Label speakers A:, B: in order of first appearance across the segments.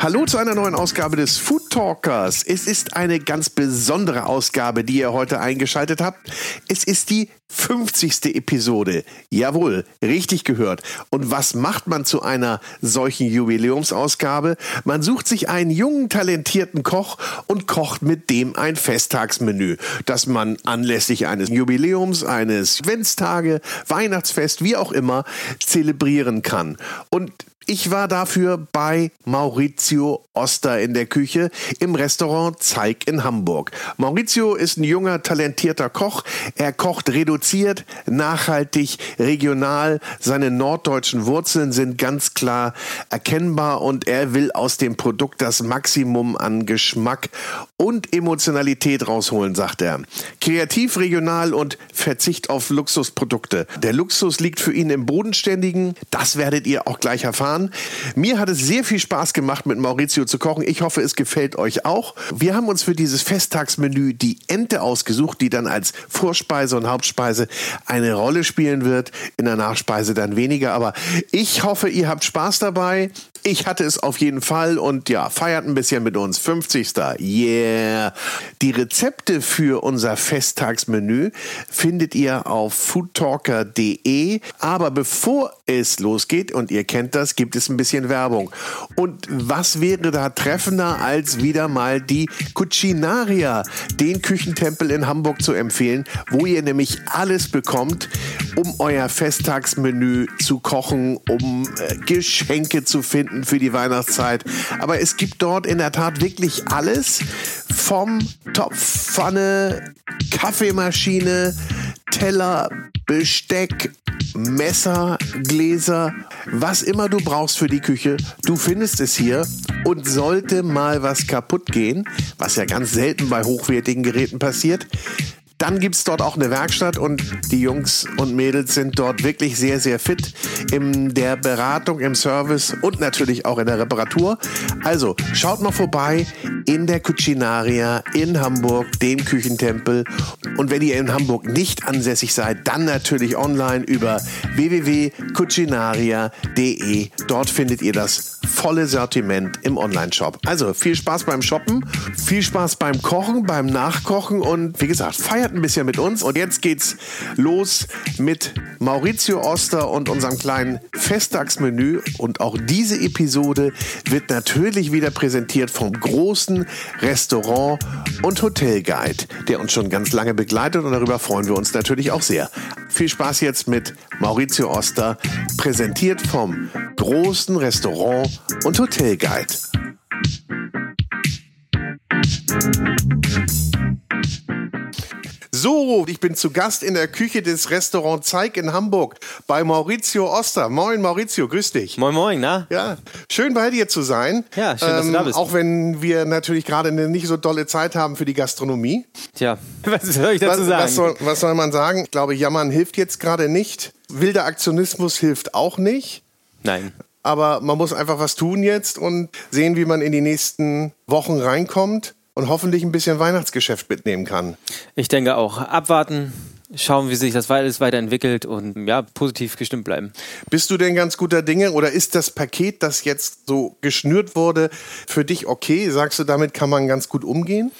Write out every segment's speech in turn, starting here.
A: Hallo zu einer neuen Ausgabe des Food Talkers. Es ist eine ganz besondere Ausgabe, die ihr heute eingeschaltet habt. Es ist die 50. Episode. Jawohl, richtig gehört. Und was macht man zu einer solchen Jubiläumsausgabe? Man sucht sich einen jungen, talentierten Koch und kocht mit dem ein Festtagsmenü, das man anlässlich eines Jubiläums, eines Adventstage, Weihnachtsfest, wie auch immer, zelebrieren kann. Und ich war dafür bei Maurizio Oster in der Küche im Restaurant Zeig in Hamburg. Maurizio ist ein junger, talentierter Koch. Er kocht reduziert, nachhaltig, regional. Seine norddeutschen Wurzeln sind ganz klar erkennbar und er will aus dem Produkt das Maximum an Geschmack und Emotionalität rausholen, sagt er. Kreativ, regional und Verzicht auf Luxusprodukte. Der Luxus liegt für ihn im Bodenständigen. Das werdet ihr auch gleich erfahren. Mir hat es sehr viel Spaß gemacht, mit Maurizio zu kochen. Ich hoffe, es gefällt euch auch. Wir haben uns für dieses Festtagsmenü die Ente ausgesucht, die dann als Vorspeise und Hauptspeise eine Rolle spielen wird. In der Nachspeise dann weniger. Aber ich hoffe, ihr habt Spaß dabei. Ich hatte es auf jeden Fall und ja, feiert ein bisschen mit uns. 50. Yeah. Die Rezepte für unser Festtagsmenü findet ihr auf foodtalker.de. Aber bevor es losgeht und ihr kennt das, gibt es ein bisschen Werbung. Und was wäre da treffender als wieder mal die Cucinaria, den Küchentempel in Hamburg zu empfehlen, wo ihr nämlich alles bekommt, um euer Festtagsmenü zu kochen, um äh, Geschenke zu finden für die Weihnachtszeit. Aber es gibt dort in der Tat wirklich alles vom Topfpfanne, Kaffeemaschine, Teller, Besteck, Messer, Gläser, was immer du brauchst für die Küche, du findest es hier. Und sollte mal was kaputt gehen, was ja ganz selten bei hochwertigen Geräten passiert, dann gibt's dort auch eine Werkstatt und die Jungs und Mädels sind dort wirklich sehr, sehr fit in der Beratung, im Service und natürlich auch in der Reparatur. Also schaut mal vorbei in der Cucinaria in Hamburg, dem Küchentempel. Und wenn ihr in Hamburg nicht ansässig seid, dann natürlich online über www.cucinaria.de. Dort findet ihr das volle Sortiment im Online-Shop. Also viel Spaß beim Shoppen, viel Spaß beim Kochen, beim Nachkochen und wie gesagt, feiert ein bisschen mit uns. Und jetzt geht's los mit Maurizio Oster und unserem kleinen Festtagsmenü. Und auch diese Episode wird natürlich wieder präsentiert vom großen Restaurant und Hotelguide, der uns schon ganz lange begleitet und darüber freuen wir uns natürlich auch sehr. Viel Spaß jetzt mit Maurizio Oster, präsentiert vom großen Restaurant und Hotelguide. So, ich bin zu Gast in der Küche des Restaurant Zeig in Hamburg bei Maurizio Oster. Moin Maurizio, grüß dich.
B: Moin Moin, na?
A: Ja, schön bei dir zu sein. Ähm,
B: Ja, schön, dass du da bist.
A: Auch wenn wir natürlich gerade eine nicht so dolle Zeit haben für die Gastronomie.
B: Tja, was soll ich dazu
A: was,
B: sagen?
A: Was, soll, was soll man sagen? Ich glaube, Jammern hilft jetzt gerade nicht. Wilder Aktionismus hilft auch nicht.
B: Nein.
A: Aber man muss einfach was tun jetzt und sehen, wie man in die nächsten Wochen reinkommt und hoffentlich ein bisschen Weihnachtsgeschäft mitnehmen kann.
B: Ich denke auch, abwarten, schauen, wie sich das alles weiterentwickelt und ja, positiv gestimmt bleiben.
A: Bist du denn ganz guter Dinge oder ist das Paket, das jetzt so geschnürt wurde, für dich okay? Sagst du, damit kann man ganz gut umgehen?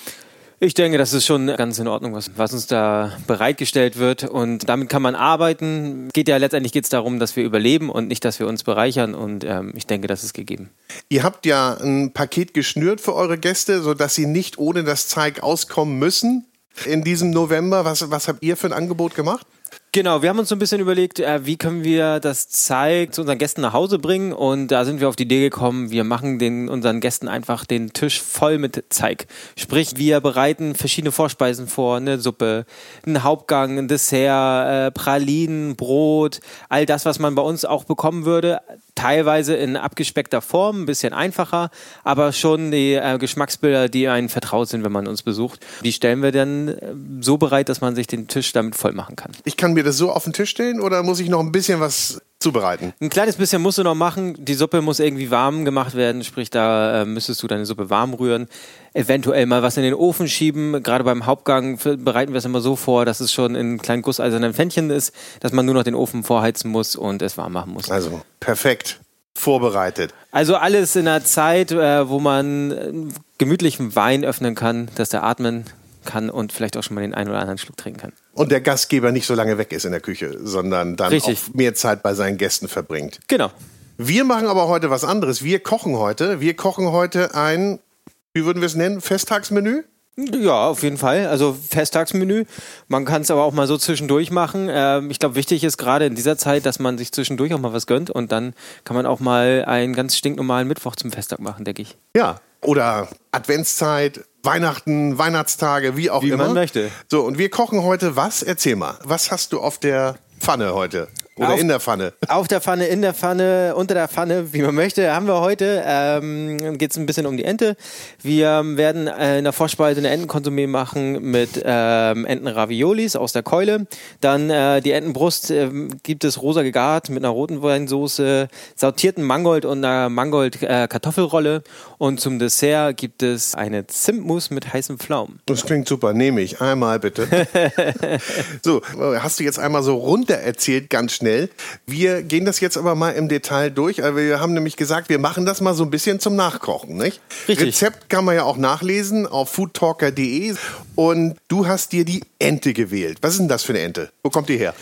B: Ich denke, das ist schon ganz in Ordnung, was, was uns da bereitgestellt wird. Und damit kann man arbeiten. Geht ja letztendlich geht's darum, dass wir überleben und nicht, dass wir uns bereichern. Und ähm, ich denke, das ist gegeben.
A: Ihr habt ja ein Paket geschnürt für eure Gäste, sodass sie nicht ohne das Zeig auskommen müssen. In diesem November, was, was habt ihr für ein Angebot gemacht?
B: Genau, wir haben uns so ein bisschen überlegt, äh, wie können wir das Zeig zu unseren Gästen nach Hause bringen und da sind wir auf die Idee gekommen, wir machen den, unseren Gästen einfach den Tisch voll mit Zeig. Sprich, wir bereiten verschiedene Vorspeisen vor, eine Suppe, einen Hauptgang, ein Dessert, äh, Pralinen, Brot, all das, was man bei uns auch bekommen würde, teilweise in abgespeckter Form, ein bisschen einfacher, aber schon die äh, Geschmacksbilder, die einem vertraut sind, wenn man uns besucht, die stellen wir dann äh, so bereit, dass man sich den Tisch damit voll machen kann.
A: Ich kann mir das so auf den Tisch stellen oder muss ich noch ein bisschen was zubereiten?
B: Ein kleines bisschen musst du noch machen. Die Suppe muss irgendwie warm gemacht werden, sprich, da äh, müsstest du deine Suppe warm rühren. Eventuell mal was in den Ofen schieben. Gerade beim Hauptgang f- bereiten wir es immer so vor, dass es schon in einem kleinen gusseisernen Pfännchen ist, dass man nur noch den Ofen vorheizen muss und es warm machen muss.
A: Also, perfekt. vorbereitet.
B: Also alles in einer Zeit, äh, wo man äh, gemütlichen Wein öffnen kann, dass der atmen kann und vielleicht auch schon mal den einen oder anderen Schluck trinken kann.
A: Und der Gastgeber nicht so lange weg ist in der Küche, sondern dann
B: Richtig.
A: auch mehr Zeit bei seinen Gästen verbringt.
B: Genau.
A: Wir machen aber heute was anderes. Wir kochen heute. Wir kochen heute ein, wie würden wir es nennen, Festtagsmenü?
B: Ja, auf jeden Fall. Also Festtagsmenü. Man kann es aber auch mal so zwischendurch machen. Ähm, ich glaube, wichtig ist gerade in dieser Zeit, dass man sich zwischendurch auch mal was gönnt und dann kann man auch mal einen ganz stinknormalen Mittwoch zum Festtag machen, denke ich.
A: Ja. Oder Adventszeit, Weihnachten, Weihnachtstage, wie auch
B: Wie
A: immer.
B: man möchte.
A: So, und wir kochen heute was? Erzähl mal. Was hast du auf der Pfanne heute? Oder
B: Auf-
A: in der Pfanne?
B: Auf der Pfanne, in der Pfanne, unter der Pfanne, wie man möchte, haben wir heute. Ähm, Geht es ein bisschen um die Ente. Wir ähm, werden äh, in der Vorspeise eine Entenkonsumé machen mit ähm, Entenraviolis aus der Keule. Dann äh, die Entenbrust ähm, gibt es rosa gegart mit einer roten Weinsoße, sortierten Mangold und einer Mangold-Kartoffelrolle. und zum Dessert gibt es eine Zimtmousse mit heißen Pflaumen.
A: Das klingt super, nehme ich. Einmal bitte. so, hast du jetzt einmal so runter erzählt, ganz schnell. Wir gehen das jetzt aber mal im Detail durch. Also Wir haben nämlich gesagt, wir machen das mal so ein bisschen zum Nachkochen, nicht?
B: Richtig.
A: Rezept kann man ja auch nachlesen auf foodtalker.de. Und du hast dir die Ente gewählt. Was ist denn das für eine Ente? Wo kommt die her?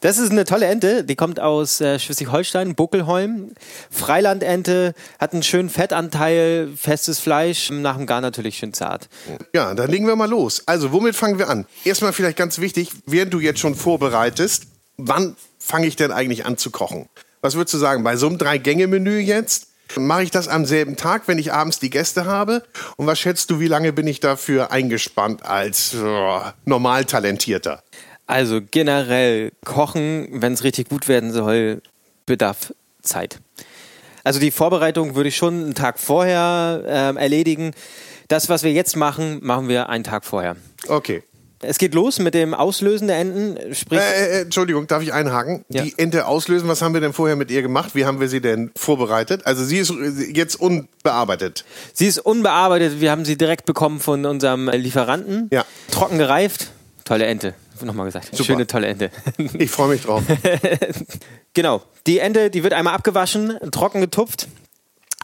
B: Das ist eine tolle Ente, die kommt aus äh, Schleswig-Holstein, Buckelholm. Freilandente, hat einen schönen Fettanteil, festes Fleisch, nach dem Gar natürlich schön zart.
A: Ja, dann legen wir mal los. Also, womit fangen wir an? Erstmal vielleicht ganz wichtig, während du jetzt schon vorbereitest, wann fange ich denn eigentlich an zu kochen? Was würdest du sagen, bei so einem Drei-Gänge-Menü jetzt? Mache ich das am selben Tag, wenn ich abends die Gäste habe? Und was schätzt du, wie lange bin ich dafür eingespannt als äh, normal talentierter?
B: Also generell kochen, wenn es richtig gut werden soll, bedarf Zeit. Also die Vorbereitung würde ich schon einen Tag vorher ähm, erledigen. Das, was wir jetzt machen, machen wir einen Tag vorher.
A: Okay.
B: Es geht los mit dem Auslösen der Enten, sprich
A: Äh, äh, Entschuldigung, darf ich einhaken?
B: Ja.
A: Die Ente auslösen, was haben wir denn vorher mit ihr gemacht? Wie haben wir sie denn vorbereitet? Also, sie ist äh, jetzt unbearbeitet.
B: Sie ist unbearbeitet. Wir haben sie direkt bekommen von unserem äh, Lieferanten.
A: Ja.
B: Trocken gereift. Tolle Ente. Nochmal gesagt. Schöne, tolle Ente.
A: Ich freue mich drauf.
B: genau. Die Ente, die wird einmal abgewaschen, trocken getupft.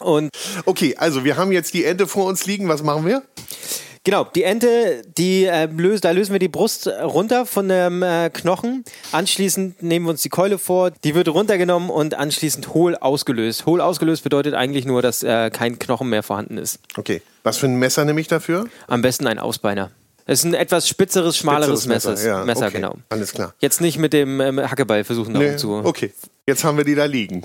B: Und
A: Okay, also wir haben jetzt die Ente vor uns liegen. Was machen wir?
B: genau, die Ente, die äh, löst, da lösen wir die Brust runter von dem äh, Knochen. Anschließend nehmen wir uns die Keule vor, die wird runtergenommen und anschließend hohl ausgelöst. Hohl ausgelöst bedeutet eigentlich nur, dass äh, kein Knochen mehr vorhanden ist.
A: Okay, was für ein Messer nehme ich dafür?
B: Am besten ein Ausbeiner. Es ist ein etwas spitzeres, schmaleres
A: Spitzeres
B: Messer.
A: Messer,
B: Messer,
A: ja, okay.
B: genau.
A: Alles klar.
B: Jetzt nicht mit dem ähm, Hackeball versuchen, da
A: Äh,
B: zu.
A: Okay, jetzt haben wir die da liegen.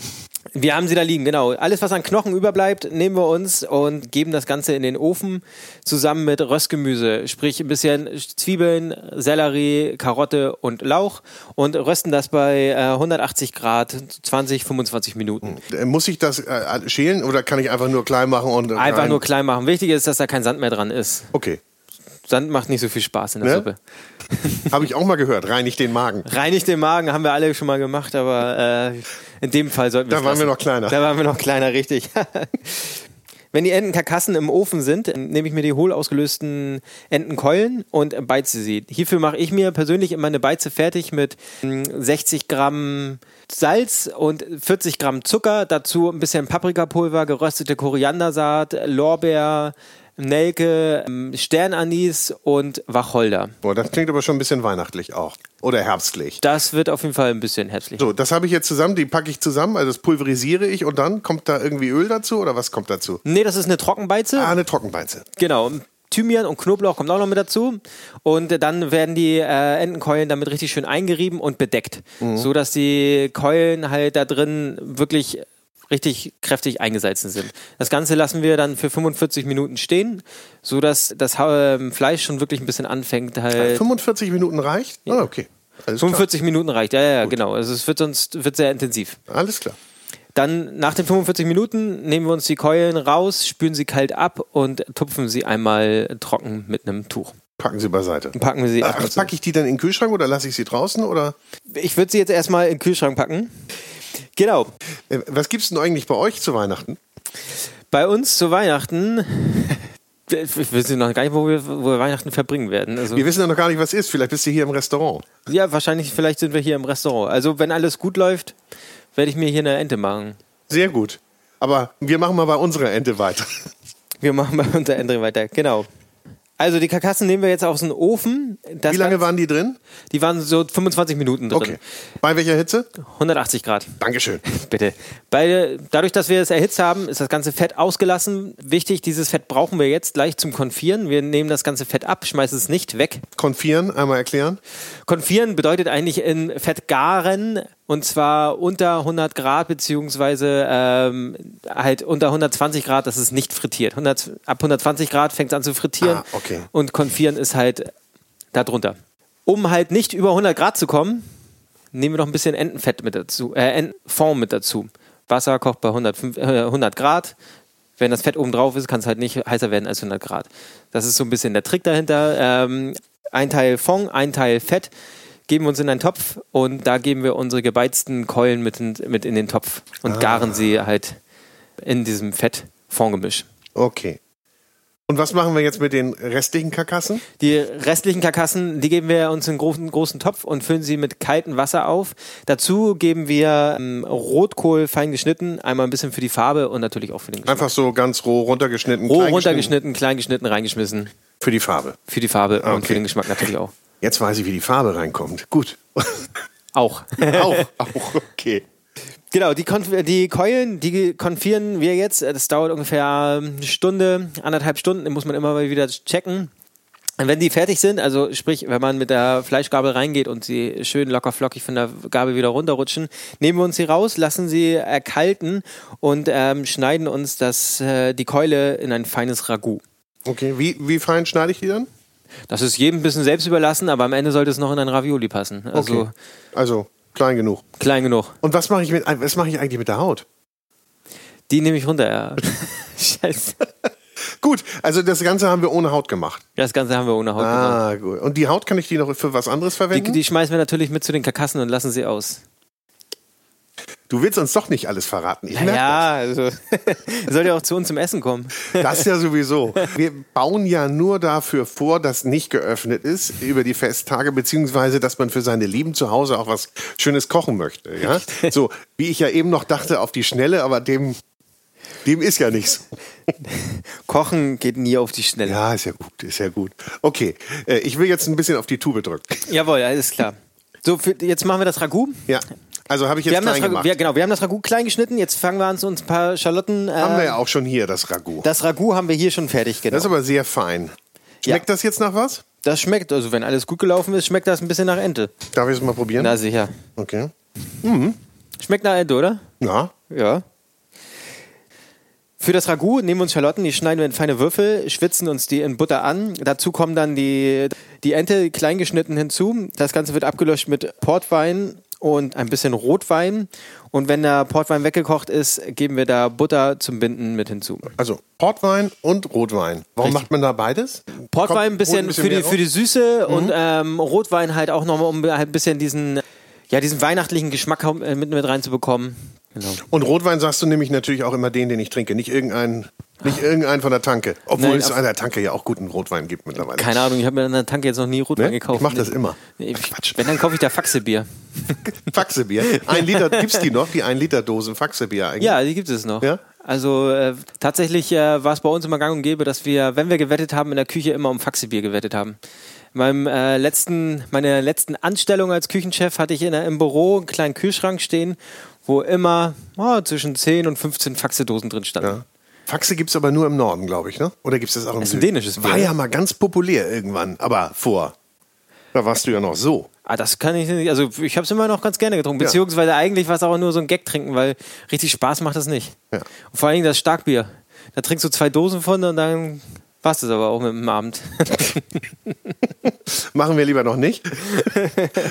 B: Wir haben sie da liegen, genau. Alles, was an Knochen überbleibt, nehmen wir uns und geben das Ganze in den Ofen zusammen mit Röstgemüse. Sprich, ein bisschen Zwiebeln, Sellerie, Karotte und Lauch und rösten das bei äh, 180 Grad 20, 25 Minuten.
A: Äh, Muss ich das äh, schälen oder kann ich einfach nur klein machen und äh,
B: Einfach
A: rein?
B: nur klein machen. Wichtig ist, dass da kein Sand mehr dran ist.
A: Okay,
B: Sand macht nicht so viel Spaß in der
A: Ne?
B: Suppe.
A: habe ich auch mal gehört. Reinigt den Magen.
B: Reinigt den Magen haben wir alle schon mal gemacht, aber äh, in dem Fall sollten wir
A: Da
B: es
A: waren wir
B: lassen.
A: noch kleiner.
B: Da waren wir noch kleiner, richtig. Wenn die Entenkarkassen im Ofen sind, nehme ich mir die hohl ausgelösten Entenkeulen und beize sie. Hierfür mache ich mir persönlich immer eine Beize fertig mit mm, 60 Gramm Salz und 40 Gramm Zucker, dazu ein bisschen Paprikapulver, geröstete Koriandersaat, Lorbeer, Nelke, mm, Sternanis und Wacholder.
A: Boah, das klingt aber schon ein bisschen weihnachtlich auch. Oder herbstlich.
B: Das wird auf jeden Fall ein bisschen herzlich.
A: So, das habe ich jetzt zusammen, die packe ich zusammen, also das pulverisiere ich und dann kommt da irgendwie Öl dazu oder was kommt dazu?
B: Nee, das ist eine Trockenbeize.
A: Ah, eine Trockenbeize.
B: Genau. Thymian und Knoblauch kommt auch noch mit dazu. Und dann werden die äh, Entenkeulen damit richtig schön eingerieben und bedeckt. So dass die Keulen halt da drin wirklich richtig kräftig eingesalzen sind. Das Ganze lassen wir dann für 45 Minuten stehen, so dass das ähm, Fleisch schon wirklich ein bisschen anfängt halt.
A: 45 Minuten reicht? Ah, okay. Alles klar.
B: 45 Minuten reicht, ja, ja, ja, genau. Also es wird sonst wird sehr intensiv.
A: Alles klar.
B: Dann nach den 45 Minuten nehmen wir uns die Keulen raus, spülen sie kalt ab und tupfen sie einmal trocken mit einem Tuch.
A: Packen Sie beiseite.
B: Packen wir sie ab.
A: Ach, packe ich die dann in den Kühlschrank oder lasse ich sie draußen? Oder
B: Ich würde sie jetzt erstmal in den Kühlschrank packen. Genau.
A: äh, was gibt's denn eigentlich bei euch zu Weihnachten?
B: Bei uns zu Weihnachten. Ich weiß noch gar nicht, wo wir, wo wir Weihnachten verbringen werden. Also,
A: Wir wissen ja noch gar nicht, was ist. Vielleicht bist du hier im Restaurant.
B: ja, wahrscheinlich, vielleicht sind wir hier im Restaurant. Also, wenn alles gut läuft, werde ich mir hier eine Ente machen.
A: Sehr gut. Aber wir machen mal bei unserer Ente weiter.
B: Wir machen bei unter Ende weiter, genau. Also die Karkassen nehmen wir jetzt aus dem Ofen. Das
A: Wie lange
B: Ganze-
A: waren die drin?
B: Die waren so 25 Minuten drin.
A: Okay. Bei welcher Hitze?
B: 180 Grad.
A: Dankeschön.
B: Bitte. Bei, dadurch, dass wir es erhitzt haben, ist das ganze Fett ausgelassen. Wichtig, dieses Fett brauchen wir jetzt gleich zum Konfieren. Wir nehmen das ganze Fett ab, schmeißen es nicht weg.
A: Konfieren, einmal erklären.
B: Konfieren bedeutet eigentlich in Fett garen und zwar unter 100 Grad beziehungsweise ähm, halt unter 120 Grad, dass es nicht frittiert. 100, ab 120 Grad fängt es an zu frittieren
A: Ah, okay.
B: und Konfieren ist halt darunter. Um halt nicht über 100 Grad zu kommen, nehmen wir noch ein bisschen Entenfett mit dazu, äh, Entenfond mit dazu. Wasser kocht bei 105, äh, 100 Grad. Wenn das Fett oben drauf ist, kann es halt nicht heißer werden als 100 Grad. Das ist so ein bisschen der Trick dahinter. Ähm, ein Teil Fond, ein Teil Fett geben wir uns in einen Topf und da geben wir unsere gebeizten Keulen mit in, mit in den Topf und garen sie halt in diesem Fett-Fond-Gemisch.
A: Okay. Und was machen wir jetzt mit den restlichen Karkassen?
B: Die restlichen Karkassen, die geben wir uns in einen großen, großen Topf und füllen sie mit kaltem Wasser auf. Dazu geben wir ähm, Rotkohl fein geschnitten, einmal ein bisschen für die Farbe und natürlich auch für den Geschmack.
A: Einfach so ganz roh runtergeschnitten.
B: Roh
A: klein
B: runtergeschnitten, klein geschnitten, reingeschmissen.
A: geschnitten. Für die Farbe.
B: Für die Farbe und
A: okay.
B: für den Geschmack natürlich auch.
A: Jetzt weiß ich, wie die Farbe reinkommt. Gut.
B: Auch.
A: auch, auch, okay.
B: Genau, die, Konf die Keulen, die konfieren wir jetzt. Das dauert ungefähr ähm, eine Stunde, anderthalb Stunden. Die muss man immer mal wieder checken. Und wenn die fertig sind, also sprich, wenn man mit der Fleischgabel reingeht und sie schön locker flockig von der Gabel wieder runterrutschen, nehmen wir uns sie raus, lassen sie erkalten und ähm, schneiden uns das, äh, die Keule in ein feines Ragout.
A: Okay, wie, wie fein schneide ich die dann?
B: Das ist jedem ein bisschen selbst überlassen, aber am Ende sollte es noch in ein Ravioli passen. Also
A: Okay. Also, klein genug.
B: klein genug.
A: Und was mache ich, mit, was mache ich eigentlich mit der Haut?
B: Die nehme ich runter. Ja. Scheiße.
A: Gut, also das Ganze haben wir ohne Haut gemacht.
B: Das Ganze haben wir ohne Haut gemacht.
A: Ah, gut. Und die Haut kann ich die noch für was anderes
B: Die,
A: verwenden?
B: die schmeißen wir natürlich mit zu den Karkassen und lassen sie aus.
A: du willst uns doch nicht alles verraten. Ich merke
B: Ja, also soll ja auch zu uns zum Essen kommen.
A: Das ja sowieso. Wir bauen ja nur dafür vor, dass nicht geöffnet ist über die Festtage, beziehungsweise dass man für seine Lieben zu Hause auch was Schönes kochen möchte. Ja? So, wie ich ja eben noch dachte, auf die Schnelle, aber dem, dem ist ja nichts.
B: Kochen geht nie auf die Schnelle.
A: Ja, ist ja gut, ist ja gut. Okay, äh, ich will jetzt ein bisschen auf die Tube drücken.
B: Jawohl, alles klar. So, für, jetzt machen wir das Ragout.
A: Ja, also habe ich
B: Wir
A: jetzt
B: haben das,
A: klein
B: Ragout
A: gemacht.
B: wir, genau, wir haben das Ragout klein geschnitten. Jetzt fangen wir an, zu uns ein paar Schalotten. Äh,
A: Haben wir ja auch schon hier, das Ragout.
B: Das Ragout haben wir hier schon fertig, genau.
A: Das ist aber sehr fein. Schmeckt das jetzt nach was?
B: Das schmeckt, also wenn alles gut gelaufen ist, schmeckt das ein bisschen nach Ente.
A: Darf ich es mal probieren?
B: Na sicher.
A: okay.
B: Schmeckt nach Ente, oder?
A: Ja,
B: Ja. Für das Ragout nehmen wir uns Schalotten, die schneiden wir in feine Würfel, schwitzen uns die in Butter an. Dazu kommen dann die, die Ente kleingeschnitten hinzu. Das Ganze wird abgelöscht mit Portwein und ein bisschen Rotwein. Und wenn der Portwein weggekocht ist, geben wir da Butter zum Binden mit hinzu.
A: Also Portwein und Rotwein. Warum
B: Richtig.
A: macht man da beides?
B: Portwein
A: Kommt-
B: ein bisschen,
A: holt
B: für, die,
A: mehr Mhm.
B: für die Süße und ähm, Rotwein halt auch nochmal, um halt ein bisschen diesen, ja, diesen weihnachtlichen Geschmack äh, mit, mit reinzubekommen. Genau.
A: raus. Und Rotwein sagst du nämlich natürlich auch immer den, den ich trinke, nicht irgendeinen, nicht irgendeinen von der Tanke. Obwohl
B: Ah. Nein,
A: es
B: auf-
A: an der Tanke ja auch guten Rotwein gibt mittlerweile.
B: Keine Ahnung, ich habe mir an der Tanke jetzt noch nie Rotwein
A: Ne?
B: gekauft.
A: Ich mach das immer.
B: Nee, ich,
A: Quatsch.
B: wenn, dann kaufe ich da Faxebier.
A: Faxebier. Ein Liter, gibt's die noch, die 1 Liter Dosen Faxebier eigentlich?
B: Ja, die gibt es noch.
A: Ja?
B: Also äh, tatsächlich äh, war es bei uns immer gang und gäbe, dass wir, wenn wir gewettet haben, in der Küche immer um Faxebier gewettet haben. In meinem, äh, letzten, meiner letzten Anstellung als Küchenchef hatte ich in, der- im Büro einen kleinen Kühlschrank stehen, wo immer oh, zwischen 10 und 15 Faxedosen drin standen.
A: Ja. Faxe gibt's aber nur im Norden, glaube ich, ne? Oder gibt's das auch im
B: Ist ein
A: Süden?
B: dänisches Bier,
A: War
B: ne?
A: ja mal ganz populär irgendwann, aber vor. Da warst du ja noch so.
B: Ah, das kann ich nicht. Also ich habe es immer noch ganz gerne getrunken. Beziehungsweise eigentlich war es auch nur so ein Gag trinken, weil richtig Spaß macht das nicht.
A: Ja.
B: Und vor allen Dingen das Starkbier. Da trinkst du zwei Dosen von und dann passt es aber auch mit dem Abend.
A: Machen wir lieber noch nicht.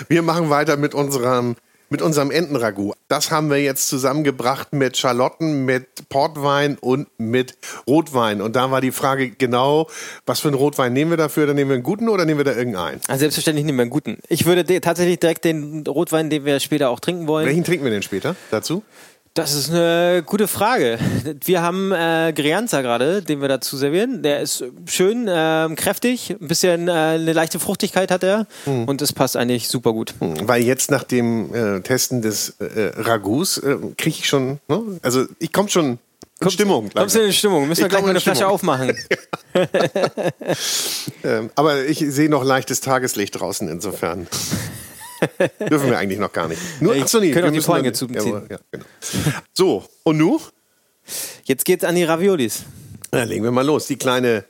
A: Wir machen weiter mit unserem, mit unserem Entenragout. Das haben wir jetzt zusammengebracht mit Schalotten, mit Portwein und mit Rotwein. Und da war die Frage genau, was für einen Rotwein nehmen wir dafür? Dann nehmen wir einen guten oder nehmen wir da irgendeinen?
B: Also selbstverständlich nehmen wir einen guten. Ich würde de- tatsächlich direkt den Rotwein, den wir später auch trinken wollen.
A: Welchen trinken wir denn später dazu?
B: Das ist eine gute Frage. Wir haben äh, Grianza gerade, den wir dazu servieren. Der ist schön, ähm, kräftig, ein bisschen äh, eine leichte Fruchtigkeit hat er
A: Hm.
B: und es passt eigentlich super gut.
A: Weil jetzt nach äh, dem äh, Testen des äh, Ragouts äh, kriege ich schon, ne? also ich komme schon
B: Kommst-
A: Stimmung.
B: Kommst du in die Stimmung? Müssen wir
A: Ich
B: gleich
A: komme
B: mal eine
A: in
B: Flasche
A: Stimmung.
B: aufmachen.
A: Ähm, aber ich sehe noch leichtes Tageslicht draußen, insofern. Dürfen wir eigentlich noch gar nicht. Nur,
B: Äh, Ich
A: achso, nee,
B: könnte auch
A: wir
B: die
A: müssen
B: Vorhänge
A: dann-
B: zuziehen.
A: Jawohl, Ja, genau. So, und nu?
B: Jetzt geht's an die Raviolis.
A: Dann legen wir mal los. Die kleine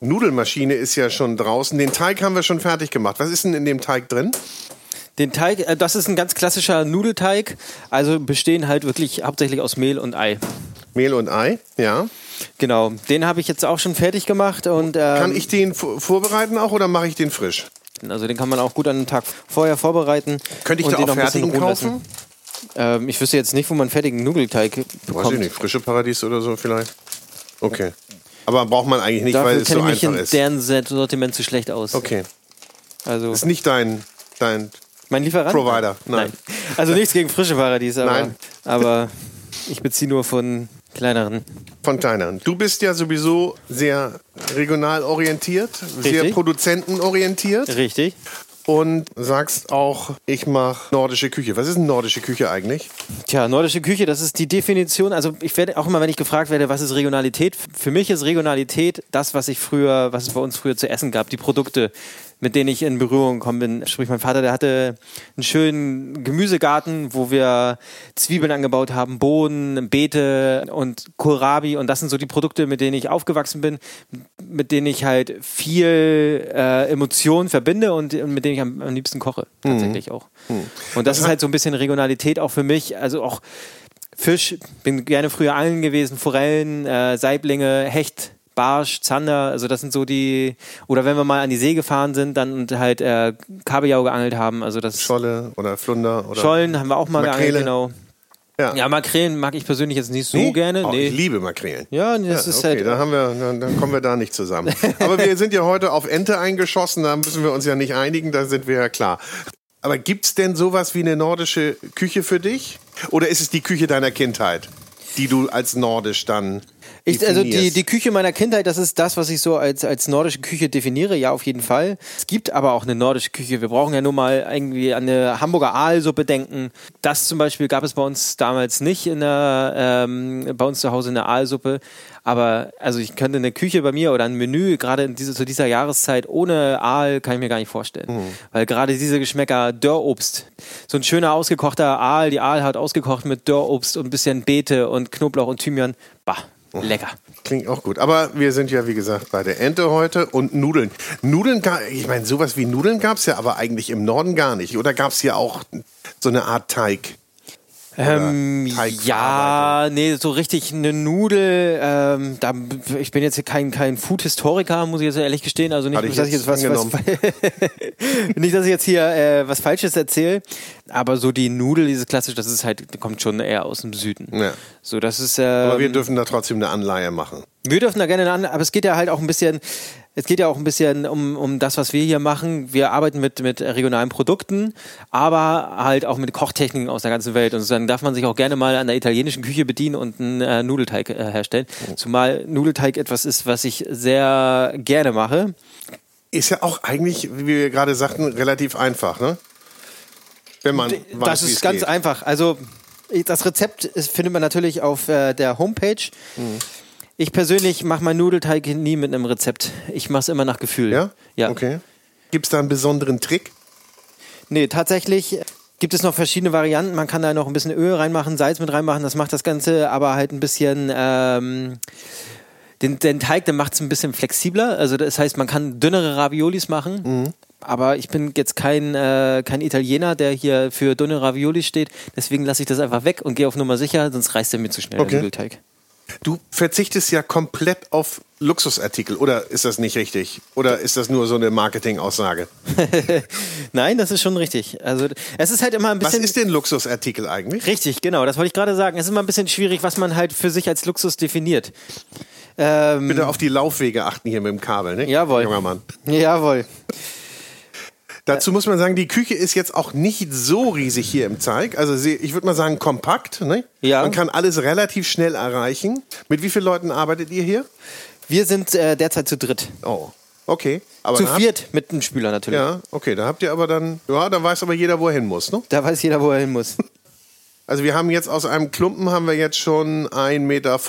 A: Nudelmaschine ist ja schon draußen. Den Teig haben wir schon fertig gemacht. Was ist denn in dem Teig drin?
B: Den Teig, äh, das ist ein ganz klassischer Nudelteig. Also bestehen halt wirklich hauptsächlich aus Mehl und Ei.
A: Mehl und Ei, ja.
B: Genau. Den habe ich jetzt auch schon fertig gemacht und ähm,
A: Kann ich den vor- vorbereiten auch oder mache ich den frisch?
B: also den kann man auch gut an einem Tag vorher vorbereiten.
A: Könnte ich
B: und
A: da
B: den
A: auch
B: noch ein bisschen
A: fertigen
B: ruhen
A: kaufen?
B: lassen. Ähm, ich wüsste jetzt nicht, wo man fertigen Nudelteig
A: Weiß ich
B: bekommt.
A: nicht. Frische Paradies oder so vielleicht? Okay. Aber braucht man eigentlich nicht, weil
B: Dafür
A: es so
B: kenne ich mich
A: einfach
B: in
A: ist.
B: deren Sortiment zu schlecht aus.
A: Okay.
B: Also
A: Ist nicht dein, dein
B: mein Lieferant.
A: Provider. Nein.
B: Also nichts gegen frische Paradies, aber,
A: Nein.
B: aber ich beziehe nur von kleineren.
A: Von kleineren. Du bist ja sowieso sehr regional orientiert, sehr
B: Richtig.
A: produzentenorientiert
B: Richtig.
A: und sagst auch, ich mache nordische Küche. Was ist eine nordische Küche eigentlich?
B: Tja, nordische Küche, das ist die Definition. Also ich werde auch immer, wenn ich gefragt werde, was ist Regionalität? Für mich ist Regionalität das, was ich früher, was es bei uns früher zu essen gab, die Produkte, mit denen ich in Berührung gekommen bin. Sprich, mein Vater, der hatte einen schönen Gemüsegarten, wo wir Zwiebeln angebaut haben, Bohnen, Beete und Kohlrabi. Und das sind so die Produkte, mit denen ich aufgewachsen bin, mit denen ich halt viel äh, Emotionen verbinde und, und mit denen ich am, am liebsten koche,
A: Mhm.
B: tatsächlich auch. Und das ist halt so ein bisschen Regionalität auch für mich, also auch Fisch, bin gerne früher angeln gewesen, Forellen, äh, Saiblinge, Hecht, Barsch, Zander, also das sind so die, oder wenn wir mal an die See gefahren sind, dann und halt äh, Kabeljau geangelt haben, also das
A: Scholle oder Flunder oder
B: Schollen haben wir auch mal
A: Makrele.
B: geangelt, genau.
A: Ja.
B: Ja, Makrelen mag ich persönlich jetzt nicht so gerne,
A: Oh,
B: nee.
A: Ich liebe Makrelen.
B: ja, nee, das ist
A: okay,
B: halt
A: dann, haben wir, dann, dann kommen wir da nicht zusammen. Aber wir sind ja heute auf Ente eingeschossen, da müssen wir uns ja nicht einigen, da sind wir ja klar. Aber gibt es denn sowas wie eine nordische Küche für dich? Oder ist es die Küche deiner Kindheit, die du als nordisch dann
B: Ich, also die,
A: definierst?
B: die Küche meiner Kindheit, das ist das, was ich so als, als nordische Küche definiere, ja, auf jeden Fall. Es gibt aber auch eine nordische Küche. Wir brauchen ja nur mal irgendwie an eine Hamburger Aalsuppe denken. Das zum Beispiel gab es bei uns damals nicht in der, ähm, bei uns zu Hause in der Aalsuppe. Aber also ich könnte eine Küche bei mir oder ein Menü, gerade in diese, zu dieser Jahreszeit ohne Aal, kann ich mir gar nicht vorstellen. Weil gerade diese Geschmäcker, Dörrobst, so ein schöner ausgekochter Aal, die Aal hat ausgekocht mit Dörrobst und ein bisschen Beete und Knoblauch und Thymian. Bah, lecker.
A: Klingt auch gut. Aber wir sind ja, wie gesagt, bei der Ente heute und Nudeln. Nudeln, ga- ich meine, sowas wie Nudeln gab es ja aber eigentlich im Norden gar nicht. Oder gab es ja auch so eine Art Teig?
B: Ähm,
A: Teigverarbeitung?
B: ja, nee, so richtig eine Nudel. Ähm, da, ich bin jetzt kein, kein Food-Historiker, muss ich jetzt ehrlich gestehen. Also nicht,
A: Hatte ich
B: dass ich
A: jetzt
B: jetzt was, was, nicht, dass ich jetzt hier äh, was Falsches erzähle. Aber so die Nudel, dieses klassisch, das ist halt, kommt schon eher aus dem Süden.
A: Ja.
B: So, das ist.
A: Aber
B: ähm,
A: wir dürfen da trotzdem eine Anleihe machen.
B: wir dürfen da gerne an, aber es geht ja halt auch ein bisschen, es geht ja auch ein bisschen um, um das, was wir hier machen. Wir arbeiten mit, mit regionalen Produkten, aber halt auch mit Kochtechniken aus der ganzen Welt. Und dann darf man sich auch gerne mal an der italienischen Küche bedienen und einen äh, Nudelteig äh, herstellen.
A: Oh.
B: Zumal Nudelteig etwas ist, was ich sehr gerne mache.
A: Ist ja auch eigentlich, wie wir gerade sagten, relativ einfach, ne? Wenn man weiß,
B: das
A: wie es
B: ist ganz
A: geht.
B: einfach. Also ich- das Rezept ist, findet man natürlich auf äh, der Homepage.
A: Mhm.
B: Ich persönlich mache meinen Nudelteig nie mit einem Rezept. Ich mache es immer nach Gefühl.
A: Ja?
B: Ja.
A: Okay. Gibt es da einen besonderen Trick?
B: Nee, tatsächlich äh, gibt es noch verschiedene Varianten. Man kann da noch ein bisschen Öl reinmachen, Salz mit reinmachen. Das macht das Ganze aber halt ein bisschen. Ähm, den, den Teig, der macht es ein bisschen flexibler. Also das heißt, man kann dünnere Raviolis machen.
A: Mhm.
B: Aber ich bin jetzt kein, äh, kein Italiener, der hier für dünne Raviolis steht. Deswegen lasse ich das einfach weg und gehe auf Nummer sicher, sonst reißt er mir zu schnell
A: Okay.
B: der Nudelteig.
A: Du verzichtest ja komplett auf Luxusartikel, oder ist das nicht richtig? Oder ist das nur so eine Marketingaussage?
B: Nein, das ist schon richtig. Also es ist halt immer ein
A: Was
B: bisschen.
A: ist denn Luxusartikel eigentlich?
B: Richtig, genau. Das wollte ich gerade sagen. Es ist immer ein bisschen schwierig, was man halt für sich als Luxus definiert. Ähm,
A: Bitte auf die Laufwege achten hier mit dem Kabel, ne?
B: Jawohl.
A: Junger Mann.
B: Jawohl.
A: Dazu muss man sagen, die Küche ist jetzt auch nicht so riesig hier im Zeig. Also sie- ich würde mal sagen kompakt. Ne?
B: Ja.
A: Man kann alles relativ schnell erreichen. Mit wie vielen Leuten arbeitet ihr hier?
B: Wir sind äh, derzeit zu dritt.
A: Oh, okay. Aber
B: zu
A: da habt-
B: viert mit einem Spüler natürlich.
A: Ja, okay, da habt ihr aber dann, ja, da weiß aber jeder, wo er hin muss, ne?
B: Da weiß jeder, wo er hin muss.
A: Also wir haben jetzt aus einem Klumpen haben wir jetzt schon 1,50 Meter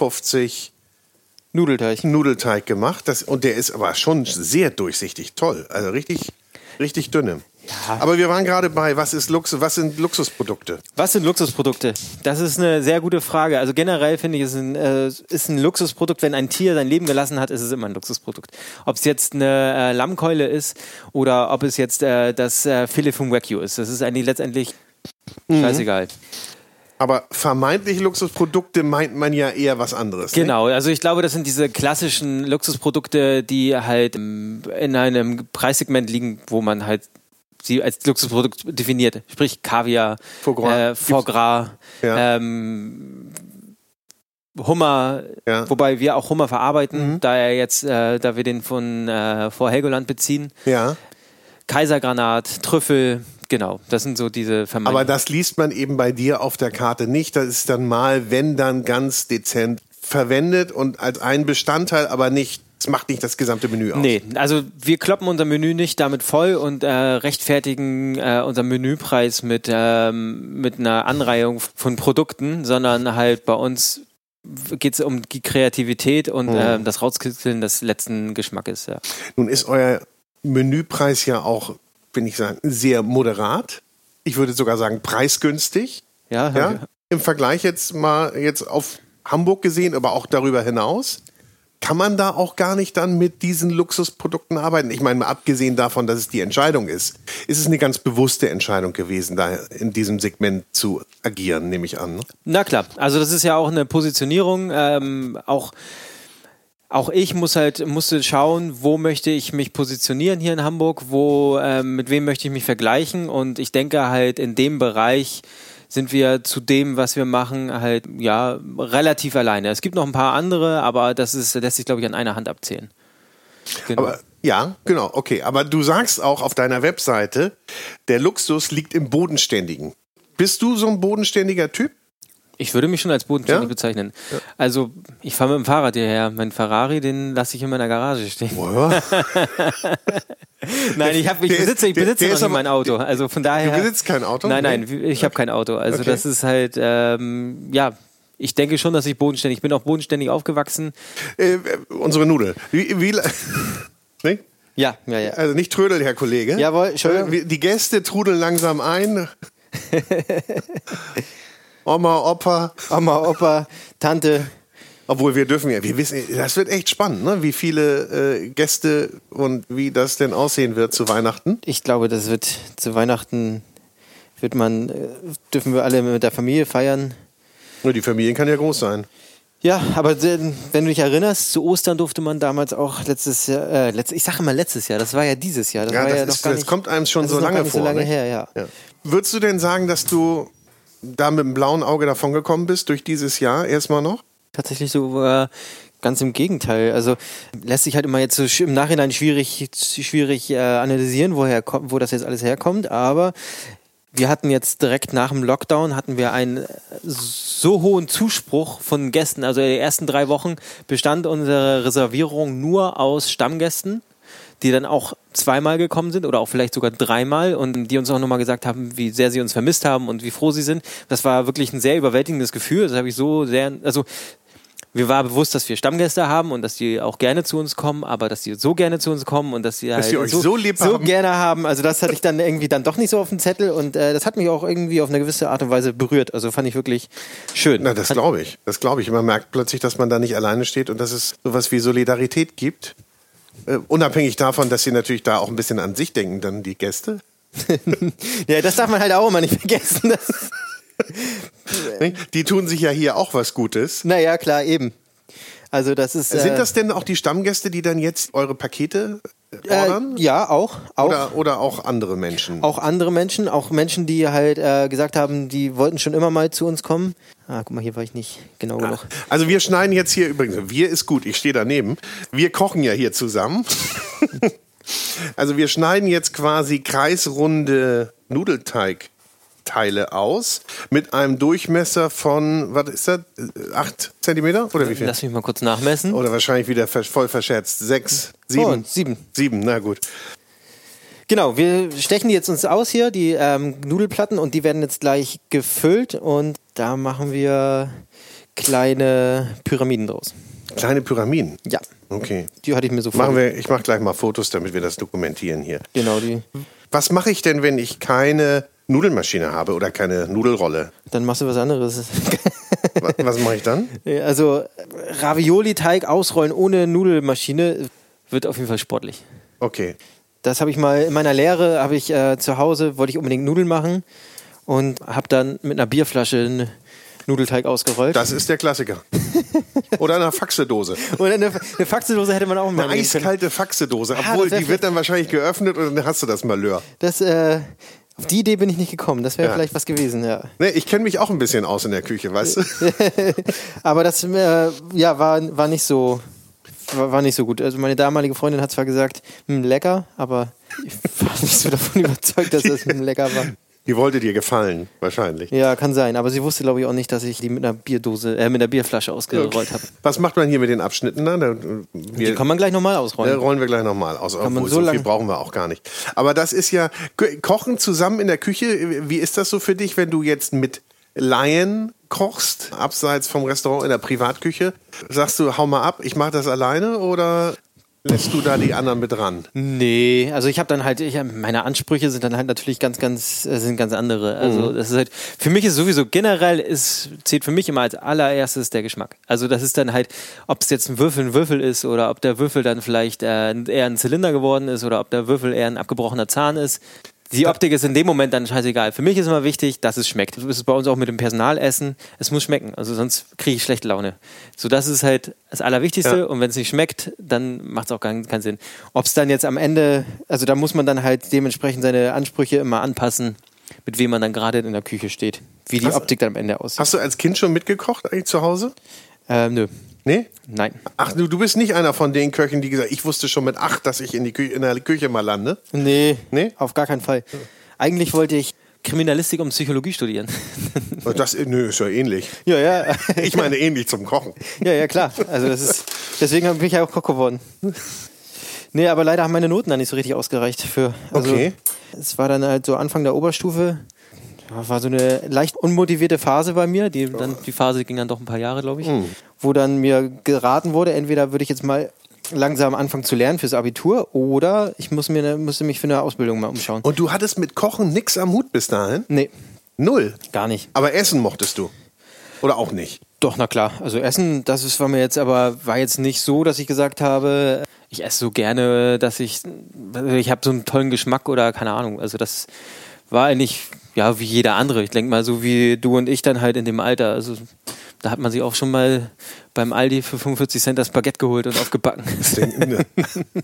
B: Nudelteig.
A: Nudelteig gemacht. Das, und der ist aber schon sehr durchsichtig. Toll. Also richtig, richtig dünne. Aber wir waren gerade bei, was ist Luxus, was sind Luxusprodukte?
B: Was sind Luxusprodukte? Das ist eine sehr gute Frage. Also generell finde ich, ist ein, äh, ist ein Luxusprodukt, wenn ein Tier sein Leben gelassen hat, ist es immer ein Luxusprodukt. Ob es jetzt eine äh, Lammkeule ist oder ob es jetzt äh, das äh, Filet vom Wagyu ist. Das ist eigentlich letztendlich
A: Mhm.
B: scheißegal.
A: Aber vermeintlich Luxusprodukte meint man ja eher was anderes. ne?
B: Genau, also ich glaube, das sind diese klassischen Luxusprodukte, die halt ähm, in einem Preissegment liegen, wo man halt sie als Luxusprodukt definiert. Sprich Kaviar,
A: Foie gras.
B: äh, Foie gras
A: Ja.
B: ähm, Hummer,
A: Ja. Mhm.
B: wobei wir auch Hummer verarbeiten, da er jetzt, äh, da wir den von äh, vor Helgoland beziehen.
A: Ja.
B: Kaisergranat, Trüffel, genau, das sind so diese
A: Aber
B: vermeintlichen.
A: das liest man eben bei dir auf der Karte nicht. Das ist dann mal, wenn dann ganz dezent verwendet und als ein Bestandteil, aber nicht, es macht nicht das gesamte Menü aus.
B: Nee, also wir kloppen unser Menü nicht damit voll und äh, rechtfertigen äh, unseren Menüpreis mit, ähm, mit einer Anreihung von Produkten, sondern halt bei uns geht es um die Kreativität und ähm, das Rauskitzeln des letzten Geschmackes. Ja.
A: Nun ist euer Menüpreis ja auch, wenn ich sagen, sehr moderat. Ich würde sogar sagen, preisgünstig.
B: Ja,
A: Ja? Im Vergleich jetzt mal jetzt auf Hamburg gesehen, aber auch darüber hinaus. Kann man da auch gar nicht dann mit diesen Luxusprodukten arbeiten? Ich meine, mal abgesehen davon, dass es die Entscheidung ist, ist es eine ganz bewusste Entscheidung gewesen, da in diesem Segment zu agieren, nehme ich an. ne?
B: Na klar, also das ist ja auch eine Positionierung. Ähm, auch, auch ich muss halt musste schauen, wo möchte ich mich positionieren hier in Hamburg, wo ähm, mit wem möchte ich mich vergleichen und ich denke halt in dem Bereich sind wir zu dem, was wir machen, halt ja relativ alleine. Es gibt noch ein paar andere, aber das ist lässt sich glaube ich an einer Hand abzählen. Genau.
A: Aber ja, genau, okay. Aber du sagst auch auf deiner Webseite, der Luxus liegt im Bodenständigen. Bist du so ein bodenständiger Typ?
B: Ich würde mich schon als bodenständig
A: Ja?
B: bezeichnen. Also ich fahre mit dem Fahrrad hierher. Mein Ferrari, den lasse ich in meiner Garage stehen. Nein, ich, hab, ich
A: Der ist-
B: besitze, ich
A: der-
B: besitze
A: der ist
B: noch nicht
A: aber-
B: mein Auto. Also von daher.
A: Du besitzt kein Auto?
B: Nein, nein,
A: Nee.
B: wie- ich habe kein Auto. Also
A: Okay.
B: das ist halt, ähm, ja, ich denke schon, dass ich bodenständig. Ich bin auch bodenständig aufgewachsen.
A: Äh, unsere Nudel. Wie, wie, ne?
B: Ja, ja, ja.
A: Also nicht trödeln, Herr Kollege.
B: Jawohl, Entschuldigung.
A: Äh, wir- Die Gäste trudeln langsam ein. Oma, Opa.
B: Oma, Opa, Tante.
A: Obwohl wir dürfen ja, wir wissen, das wird echt spannend, ne? wie viele äh, Gäste und wie das denn aussehen wird zu Weihnachten.
B: Ich glaube, das wird zu Weihnachten wird man,
A: äh,
B: dürfen wir alle mit der Familie feiern.
A: Nur die Familien kann ja groß sein.
B: Ja, aber denn, wenn du dich erinnerst, zu Ostern durfte man damals auch letztes Jahr, äh, letzt, ich sage mal letztes Jahr, das war ja dieses Jahr. Das
A: Ja,
B: war
A: das,
B: ja
A: ist,
B: noch gar
A: das
B: nicht,
A: kommt einem schon
B: das
A: so
B: ist noch
A: lange
B: gar nicht
A: vor.
B: so lange
A: ne?
B: her, ja.
A: Ja. Würdest du denn sagen, dass du da mit dem blauen Auge davon gekommen bist durch dieses Jahr erstmal noch?
B: Tatsächlich so äh, ganz im Gegenteil. Also lässt sich halt immer jetzt so sch- im Nachhinein schwierig, schwierig äh, analysieren, woher kommt, wo das jetzt alles herkommt, aber wir hatten jetzt direkt nach dem Lockdown hatten wir einen äh, so hohen Zuspruch von Gästen. Also in den ersten drei Wochen bestand unsere Reservierung nur aus Stammgästen, die dann auch zweimal gekommen sind oder auch vielleicht sogar dreimal und die uns auch nochmal gesagt haben, wie sehr sie uns vermisst haben und wie froh sie sind. Das war wirklich ein sehr überwältigendes Gefühl. Das habe ich so sehr, also mir war bewusst, dass wir Stammgäste haben und dass die auch gerne zu uns kommen, aber dass die so gerne zu uns kommen und dass die halt
A: die euch so lieb
B: so
A: haben.
B: gerne haben, also das hatte ich dann irgendwie dann doch nicht so auf dem Zettel und äh, das hat mich auch irgendwie auf eine gewisse Art und Weise berührt. Also fand ich wirklich schön.
A: Na, das glaube ich. Das glaube ich. Man merkt plötzlich, dass man da nicht alleine steht und dass es sowas wie Solidarität gibt. Äh, unabhängig davon, dass sie natürlich da auch ein bisschen an sich denken, dann die Gäste.
B: ja, das darf man halt auch immer nicht vergessen. Das, Äh.
A: Ne? Die tun sich ja hier auch was Gutes.
B: naja, klar, eben. Also das ist. Äh,
A: Sind das denn auch die Stammgäste, die dann jetzt eure Pakete
B: äh,
A: ordern?
B: Ja, auch. auch.
A: oder, oder auch andere Menschen?
B: auch andere Menschen, auch Menschen, die halt äh, gesagt haben, die wollten schon immer mal zu uns kommen. Ah, guck mal, hier war ich nicht genau genug.
A: Also wir schneiden jetzt hier übrigens, wir ist gut, ich stehe daneben. Wir kochen ja hier zusammen. also wir schneiden jetzt quasi kreisrunde Nudelteigteile aus mit einem Durchmesser von, was ist das, Äh, acht Zentimeter oder wie viel?
B: Lass mich mal kurz nachmessen.
A: Oder wahrscheinlich wieder ver- voll verscherzt, sechs, sieben.
B: Oh, sieben.
A: Sieben, na gut.
B: Genau, wir stechen die jetzt uns aus hier, die ähm, Nudelplatten, und die werden jetzt gleich gefüllt und Da machen wir kleine Pyramiden draus.
A: Kleine Pyramiden.
B: Ja,
A: Okay.
B: die hatte ich mir so
A: Machen
B: vor-
A: wir, ich mache gleich mal Fotos, damit wir das dokumentieren hier.
B: Genau, die.
A: Was mache ich denn, wenn ich keine Nudelmaschine habe oder keine Nudelrolle?
B: Dann machst du was anderes.
A: Was, was mache ich dann?
B: also Ravioli-Teig ausrollen ohne Nudelmaschine wird auf jeden Fall sportlich.
A: Okay.
B: Das habe ich mal in meiner Lehre, habe ich äh, zu Hause, wollte ich unbedingt Nudeln machen und habe dann mit einer Bierflasche einen Nudelteig ausgerollt.
A: Das ist der Klassiker. Oder eine Faxedose.
B: und eine, eine Faxedose hätte man auch mal
A: Eine
B: nehmen können.
A: eiskalte Faxedose.
B: Ah, das
A: Obwohl,
B: wär
A: die wird dann wahrscheinlich geöffnet und dann hast du das Malheur.
B: Das, äh, auf die Idee bin ich nicht gekommen. Das wäre
A: Ja.
B: vielleicht was gewesen, ja.
A: Ne, ich kenne mich auch ein bisschen aus in der Küche, weißt du?
B: Aber das äh, ja, war, war nicht so war, war nicht so gut. Also meine damalige Freundin hat zwar gesagt, hm, lecker, aber ich war nicht so davon überzeugt, dass das hm, lecker war.
A: Die wollte dir gefallen, wahrscheinlich.
B: Ja, kann sein. Aber sie wusste, glaube ich, auch nicht, dass ich die mit einer Bierdose, äh, mit einer Bierflasche ausgerollt habe.
A: Was macht man hier mit den Abschnitten dann? Dann, äh,
B: Die
A: Wir,
B: kann man gleich nochmal
A: äh,
B: ausrollen.
A: rollen wir gleich nochmal aus.
B: man
A: Obwohl,
B: so
A: so, viel
B: lange-
A: brauchen wir auch gar nicht. Aber das ist ja, K- kochen zusammen in der Küche, wie ist das so für dich, wenn du jetzt mit Laien kochst, abseits vom Restaurant in der Privatküche? Sagst du, hau mal ab, ich mache das alleine oder lässt du da die anderen mit ran?
B: Nee, also ich habe dann halt, ich, hab- meine Ansprüche sind dann halt natürlich ganz, ganz, äh, sind ganz andere. Also das ist halt, für mich ist sowieso generell, ist, zählt für mich immer als allererstes der Geschmack. Also das ist dann halt, ob es jetzt ein Würfel ein Würfel ist oder ob der Würfel dann vielleicht äh, eher ein Zylinder geworden ist oder ob der Würfel eher ein abgebrochener Zahn ist. Die Optik ist in dem Moment dann scheißegal. Für mich ist immer wichtig, dass es schmeckt. So ist es bei uns auch mit dem Personalessen. Es muss schmecken, also sonst kriege ich schlechte Laune. So, das ist halt das Allerwichtigste.
A: Ja.
B: Und wenn es nicht schmeckt, dann macht es auch keinen, keinen Sinn. Ob es dann jetzt am Ende, also da muss man dann halt dementsprechend seine Ansprüche immer anpassen, mit wem man dann gerade in der Küche steht. Wie die
A: Hast-
B: Optik dann am Ende aussieht.
A: Hast du als Kind schon mitgekocht eigentlich zu Hause?
B: Ähm, nö,
A: Nee?
B: nein.
A: Ach, du, du bist nicht einer von den Köchen, die gesagt, ich wusste schon mit acht, dass ich in, die Kü in der Küche mal lande.
B: Nee,
A: Nee?
B: auf gar keinen Fall. Eigentlich wollte ich Kriminalistik und Psychologie studieren.
A: Das, nö, ist ja ähnlich.
B: ja, ja.
A: Ich meine ähnlich zum Kochen.
B: Ja, ja, klar. Also das ist, deswegen bin ich ja auch Koch geworden. Nee, aber leider haben meine Noten da nicht so richtig ausgereicht für. Also,
A: Okay.
B: Es war dann halt so Anfang der Oberstufe. Ja, War so eine leicht unmotivierte Phase bei mir. Die, dann, die Phase ging dann doch ein paar Jahre, glaube ich.
A: Mhm.
B: Wo dann mir geraten wurde, entweder würde ich jetzt mal langsam anfangen zu lernen fürs Abitur oder ich muss mir eine, musste mich für eine Ausbildung mal umschauen.
A: Und du hattest mit Kochen nix am Hut bis dahin?
B: Nee,
A: Null.
B: gar nicht.
A: Aber Essen mochtest du. Oder auch nicht.
B: Doch, na klar. Also Essen, das ist, war mir jetzt aber, war jetzt nicht so, dass ich gesagt habe, ich esse so gerne, dass ich, ich habe so einen tollen Geschmack oder keine Ahnung. Also das war eigentlich, ja, wie jeder andere. Ich denke mal, so wie du und ich dann halt in dem Alter. Also da hat man sich auch schon mal beim Aldi für 45 Cent das Baguette geholt und aufgebacken.
A: ne.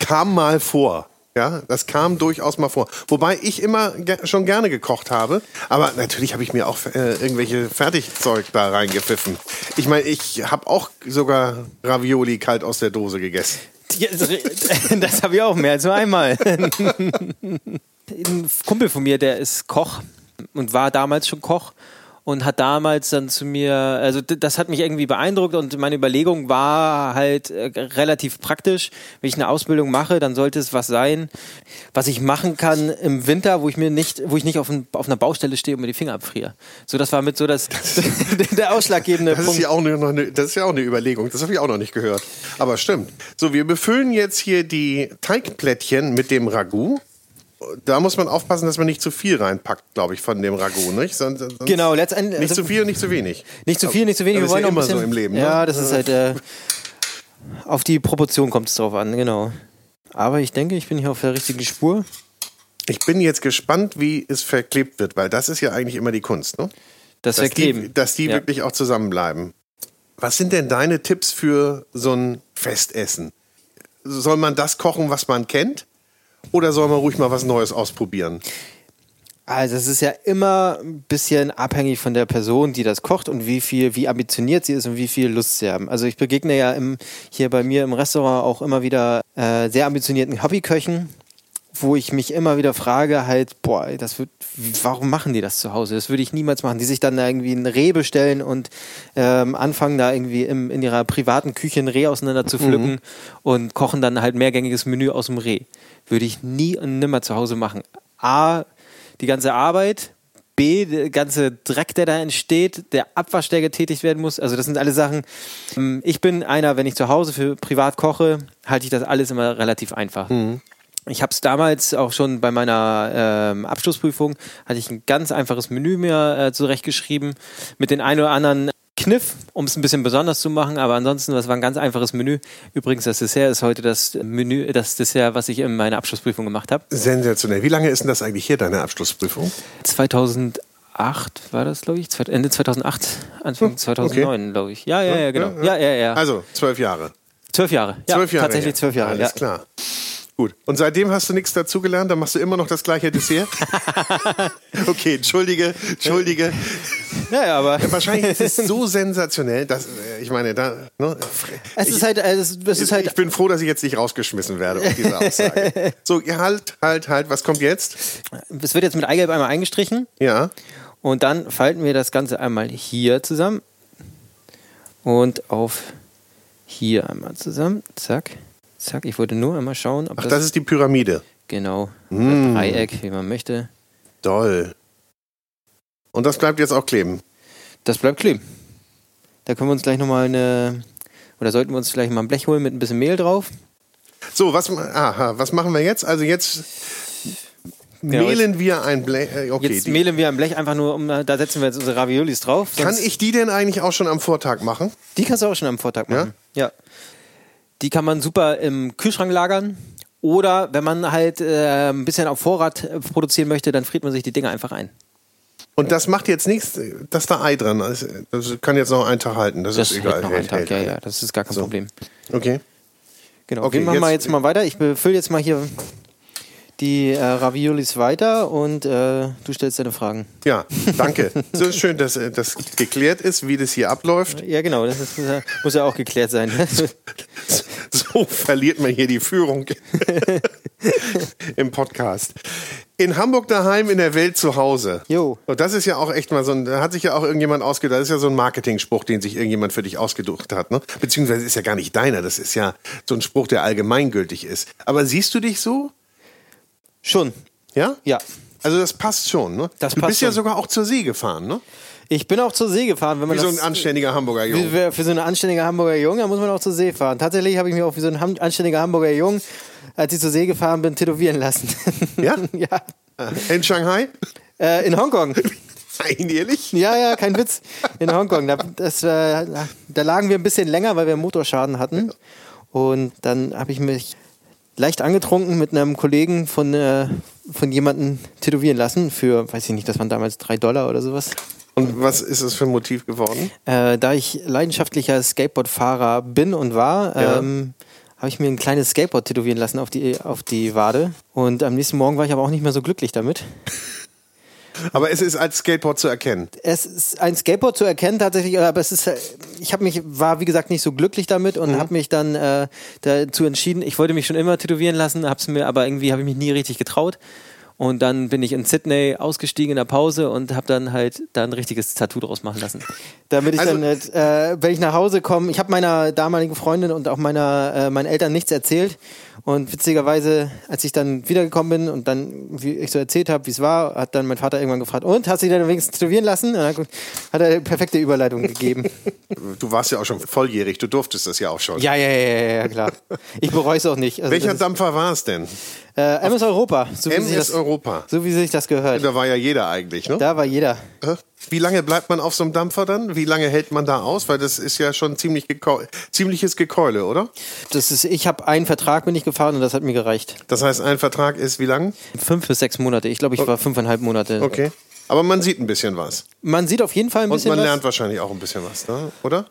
A: kam mal vor. Ja, das kam durchaus mal vor. Wobei ich immer ge schon gerne gekocht habe. Aber natürlich habe ich mir auch äh, irgendwelche Fertigzeug da reingepfiffen. Ich meine, ich habe auch sogar Ravioli kalt aus der Dose gegessen.
B: Das habe ich auch mehr als nur einmal. Ein Kumpel von mir, der ist Koch und war damals schon Koch und hat damals dann zu mir, also d- das hat mich irgendwie beeindruckt und meine Überlegung war halt äh, relativ praktisch, wenn ich eine Ausbildung mache, dann sollte es was sein, was ich machen kann im Winter, wo ich mir nicht, wo ich nicht auf, ein, auf einer Baustelle stehe und mir die Finger abfriere. So, das war mit so das, der ausschlaggebende
A: Das
B: Punkt.
A: ist, ja auch nur noch eine, das ist ja auch eine Überlegung. Das habe ich auch noch nicht gehört. Aber stimmt. So, wir befüllen jetzt hier die Teigplättchen mit dem Ragout. Da muss man aufpassen, dass man nicht zu viel reinpackt, glaube ich, von dem Ragout. Nicht, sonst, sonst
B: Genau, letztendlich.
A: nicht
B: also-
A: zu viel und nicht zu wenig.
B: Nicht zu viel, nicht zu wenig.
A: Aber
B: Wir
A: ist
B: wollen
A: ja
B: auch ein
A: immer
B: bisschen,
A: so im Leben, ne?
B: Ja, das ist halt. Äh, auf die Proportion kommt es drauf an, genau. Aber ich denke, ich bin hier auf der richtigen Spur.
A: Ich bin jetzt gespannt, wie es verklebt wird, weil das ist ja eigentlich immer die Kunst, ne?
B: Das
A: Dass die,
B: verkleben.
A: dass die
B: ja.
A: wirklich auch zusammenbleiben. Was sind denn deine Tipps für so ein Festessen? Soll man das kochen, was man kennt? Oder soll man ruhig mal was Neues ausprobieren?
B: Also es ist ja immer ein bisschen abhängig von der Person, die das kocht und wie viel, wie ambitioniert sie ist und wie viel Lust sie haben. Also ich begegne ja im, hier bei mir im Restaurant auch immer wieder äh, sehr ambitionierten Hobbyköchen, wo ich mich immer wieder frage, halt, boah, ey, das wird, warum machen die das zu Hause? Das würde ich niemals machen. Die sich dann da irgendwie ein Reh bestellen und ähm, anfangen da irgendwie im, in ihrer privaten Küche ein Reh auseinander zu pflücken und kochen dann halt mehrgängiges Menü aus dem Reh. Würde ich nie und nimmer zu Hause machen. A, die ganze Arbeit. B, B, der ganze Dreck, der da entsteht, der Abwasch, der getätigt werden muss. Also das sind alle Sachen. Ähm, Ich bin einer, wenn ich zu Hause für privat koche, halte ich das alles immer relativ einfach. Ich habe es damals auch schon bei meiner ähm, Abschlussprüfung, hatte ich ein ganz einfaches Menü mir äh, zurechtgeschrieben mit den ein oder anderen Kniff, um es ein bisschen besonders zu machen, aber ansonsten, das war ein ganz einfaches Menü. Übrigens, das Dessert ist heute das Menü, das Dessert, was ich in meiner Abschlussprüfung gemacht habe.
A: Sensationell. Wie lange ist denn das eigentlich hier, deine Abschlussprüfung?
B: 2008 war das, glaube ich. Zweit- Ende 2008,
A: Hm,
B: Anfang 2009, glaube ich. Ja, ja, ja, genau. Ja, ja, ja.
A: Also, zwölf Jahre.
B: Zwölf Jahre. Ja,
A: zwölf Jahre.
B: Tatsächlich
A: her.
B: zwölf Jahre.
A: Alles
B: ja.
A: klar. Gut. Und seitdem hast du nichts dazugelernt, dann machst du immer noch das gleiche Dessert? okay, entschuldige,
B: Äh,
A: entschuldige.
B: Ja, ja, aber
A: Wahrscheinlich ist es so sensationell, dass, äh, ich meine, da, ne,
B: es ist halt, äh, es es
A: ich
B: ist halt
A: bin froh, dass ich jetzt nicht rausgeschmissen werde auf diese Aussage. so, ja, halt, halt, halt, was kommt jetzt?
B: es wird jetzt mit Eigelb einmal eingestrichen
A: Ja,
B: und dann falten wir das Ganze einmal hier zusammen und auf hier einmal zusammen. Zack, zack. Ich wollte nur einmal schauen, ob
A: ach,
B: das,
A: das ist die Pyramide.
B: genau
A: Mm.
B: Dreieck, wie man möchte.
A: Doll. Und das bleibt jetzt auch kleben.
B: Das bleibt kleben. Da können wir uns gleich nochmal eine. Oder sollten wir uns vielleicht mal ein Blech holen mit ein bisschen Mehl drauf?
A: So, was, aha, was machen wir jetzt? Also jetzt
B: Genau,
A: mehlen wir ein Blech. äh, Okay,
B: Jetzt
A: die-
B: mehlen wir ein Blech einfach nur, um, da setzen wir jetzt unsere Raviolis drauf.
A: Kann
B: Sonst-
A: ich die denn eigentlich auch schon am Vortag machen?
B: Die kannst du auch schon am Vortag machen. Ja. Die kann man super im Kühlschrank lagern. Oder wenn man halt äh, ein bisschen auf Vorrat äh, produzieren möchte, dann friert man sich die Dinger einfach ein.
A: Und das macht jetzt nichts, dass da Ei dran ist. Das kann jetzt noch einen Tag halten, das, ist egal.
B: hält noch einen
A: Hält,
B: Tag.
A: hält.
B: Ja, ja, das ist gar kein Problem.
A: Okay.
B: Genau.
A: Okay,
B: wir machen jetzt, mal
A: jetzt-
B: jetzt mal weiter. Ich befülle jetzt mal hier die äh, Raviolis weiter und äh, du stellst deine Fragen.
A: Ja, danke. so ist schön, dass äh, das geklärt ist, wie das hier abläuft.
B: Ja, genau, das ist, äh, muss ja auch geklärt sein.
A: So verliert man hier die Führung im Podcast. In Hamburg daheim, in der Welt zu Hause.
B: Jo.
A: Und das ist ja auch echt mal so ein, da hat sich ja auch irgendjemand ausgedacht, das ist ja so ein Marketing-Spruch, den sich irgendjemand für dich ausgedacht hat, ne? Beziehungsweise ist ja gar nicht deiner, das ist ja so ein Spruch, der allgemeingültig ist. Aber siehst du dich so?
B: Schon,
A: Ja?
B: ja.
A: Also das passt schon, ne?
B: Das
A: du
B: passt
A: bist ja
B: schon.
A: sogar auch zur See gefahren, ne?
B: Ich bin auch zur See gefahren, wenn man
A: Wie so
B: das
A: ein anständiger Hamburger
B: Wie-
A: Junge.
B: wer- Für so einen anständigen Hamburger Jungen, da muss man auch zur See fahren. Tatsächlich habe ich mich auch wie so ein ham- anständiger Hamburger Jungen, als ich zur See gefahren bin, tätowieren lassen.
A: Ja?
B: ja.
A: In Shanghai?
B: Äh, in Hongkong.
A: Nein, ehrlich?
B: Ja, ja, kein Witz. In Hongkong. Da, das, äh, da lagen wir ein bisschen länger, weil wir Motorschaden hatten. Und dann habe ich mich leicht angetrunken mit einem Kollegen von, äh, von jemandem tätowieren lassen. Für, weiß ich nicht, das waren damals drei Dollar oder sowas.
A: Und was ist es für ein Motiv geworden?
B: Äh, da ich leidenschaftlicher Skateboardfahrer bin und war,
A: Ja.
B: ähm, habe ich mir ein kleines Skateboard tätowieren lassen auf die, auf die Wade. Und am nächsten Morgen war ich aber auch nicht mehr so glücklich damit.
A: Aber es ist als Skateboard zu erkennen.
B: Es ist ein Skateboard zu erkennen tatsächlich, aber es ist, äh, ich habe mich war wie gesagt nicht so glücklich damit
A: Mhm.
B: und habe mich dann äh, dazu entschieden. Ich wollte mich schon immer tätowieren lassen, hab's mir aber irgendwie habe ich mich nie richtig getraut. Und dann bin ich in Sydney ausgestiegen in der Pause und habe dann halt da ein richtiges Tattoo draus machen lassen. Damit ich
A: Also-
B: dann, halt, äh, wenn ich nach Hause komme, ich habe meiner damaligen Freundin und auch meiner äh, meinen Eltern nichts erzählt. Und witzigerweise, als ich dann wiedergekommen bin und dann, wie ich so erzählt habe, wie es war, hat dann mein Vater irgendwann gefragt, und hast du dich dann wenigstens tätowieren lassen? Und dann hat er perfekte Überleitung gegeben.
A: Du warst ja auch schon volljährig, du durftest das ja auch schon.
B: ja, ja, ja, ja, ja, klar. Ich bereue es auch nicht. Also,
A: Welcher
B: das ist,
A: Dampfer war es denn?
B: äh, MS Europa, so wie, sich
A: MS
B: das,
A: Europa. Genau.
B: so wie sich das gehört.
A: Da war ja jeder eigentlich, ne?
B: Da war jeder.
A: Hä? Wie lange bleibt man auf so einem Dampfer dann? Wie lange hält man da aus? Weil das ist ja schon ziemlich gekeu ziemliches Gekeule, oder?
B: Das ist, ich habe einen Vertrag bin ich gefahren und das hat mir gereicht.
A: Das heißt, ein Vertrag ist wie lang?
B: Fünf bis sechs Monate. Ich glaube, ich war fünfeinhalb Monate.
A: Okay. Aber man sieht ein bisschen was.
B: Man sieht auf jeden Fall ein
A: Und
B: bisschen
A: man
B: was.
A: lernt wahrscheinlich auch ein bisschen was, ne? oder?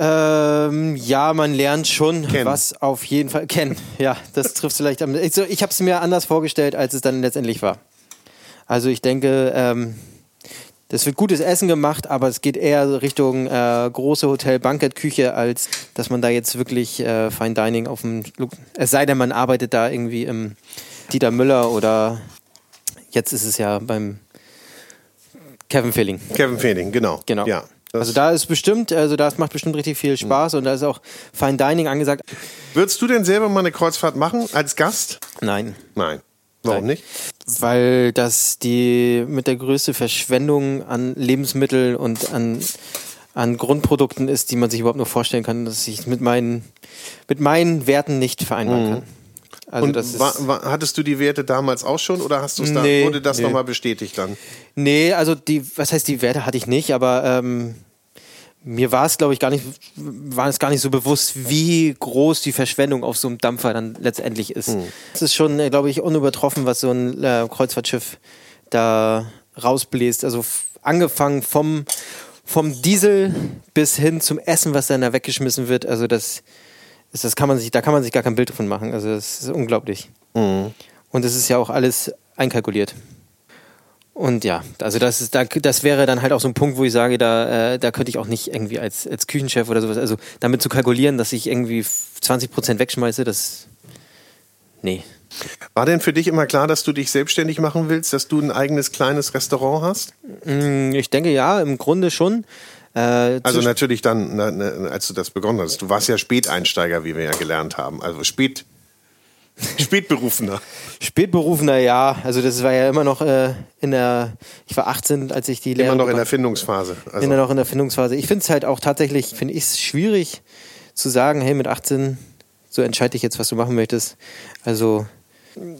B: Ähm, ja, man lernt schon
A: Kennen.
B: was auf jeden Fall kennen. Ja, das trifft vielleicht am. Ich, so, ich habe es mir anders vorgestellt, als es dann letztendlich war. Also ich denke, ähm, das wird gutes Essen gemacht, aber es geht eher so Richtung äh, große Hotel, Bankettküche, als dass man da jetzt wirklich äh, Fine Dining auf dem. Lu- Es sei denn, man arbeitet da irgendwie im Dieter Müller oder jetzt ist es ja beim Kevin Filling.
A: Kevin Feening, genau.
B: Genau.
A: Ja. Das- Mhm.
B: also da ist bestimmt, also das macht bestimmt richtig viel Spaß und da ist auch Fine Dining angesagt.
A: Würdest du denn selber mal eine Kreuzfahrt machen als Gast?
B: Nein.
A: Nein. Warum nicht?
B: Weil das die mit der größte Verschwendung an Lebensmitteln und an, an Grundprodukten ist, die man sich überhaupt nur vorstellen kann, dass ich mit meinen, mit meinen Werten nicht vereinbaren kann. Also
A: Mhm. Und
B: das ist.
A: wa- wa- hattest du die Werte damals auch schon oder hast du's da,
B: Nee,
A: wurde das
B: nee.
A: nochmal bestätigt dann?
B: Nee, also die, was heißt die Werte hatte ich nicht, aber ähm, mir war es, glaube ich, gar nicht, war es gar nicht so bewusst, wie groß die Verschwendung auf so einem Dampfer dann letztendlich ist. Es ist schon, äh, glaube ich, unübertroffen, was so ein äh, Kreuzfahrtschiff da rausbläst. Also f- angefangen vom, vom Diesel bis hin zum Essen, was dann da weggeschmissen wird. Also das ist, das kann man sich, da kann man sich gar kein Bild davon machen. Also das ist unglaublich. Und es ist ja auch alles einkalkuliert. Und ja, also das ist, da, das wäre dann halt auch so ein Punkt, wo ich sage, da, äh, da könnte ich auch nicht irgendwie als, als Küchenchef oder sowas, also damit zu kalkulieren, dass ich irgendwie 20 Prozent wegschmeiße, das, nee.
A: War denn für dich immer klar, dass du dich selbstständig machen willst, dass du ein eigenes kleines Restaurant hast?
B: Hm, Ich denke ja, im Grunde schon. Äh,
A: Also
B: zwisch-
A: natürlich dann, na, na, als du das begonnen hast. Du warst ja Späteinsteiger, wie wir ja gelernt haben. Also spät, Spätberufener.
B: Spätberufener, ja. Also das war ja immer noch äh, in der, ich war 18, als ich die Lehre
A: Immer noch in
B: gemacht-
A: der Findungsphase.
B: bin ja
A: Also,
B: noch in der Findungsphase. Ich finde es halt auch tatsächlich, finde ich es schwierig zu sagen, hey, mit 18, so entscheide ich jetzt, was du machen möchtest. Also mh,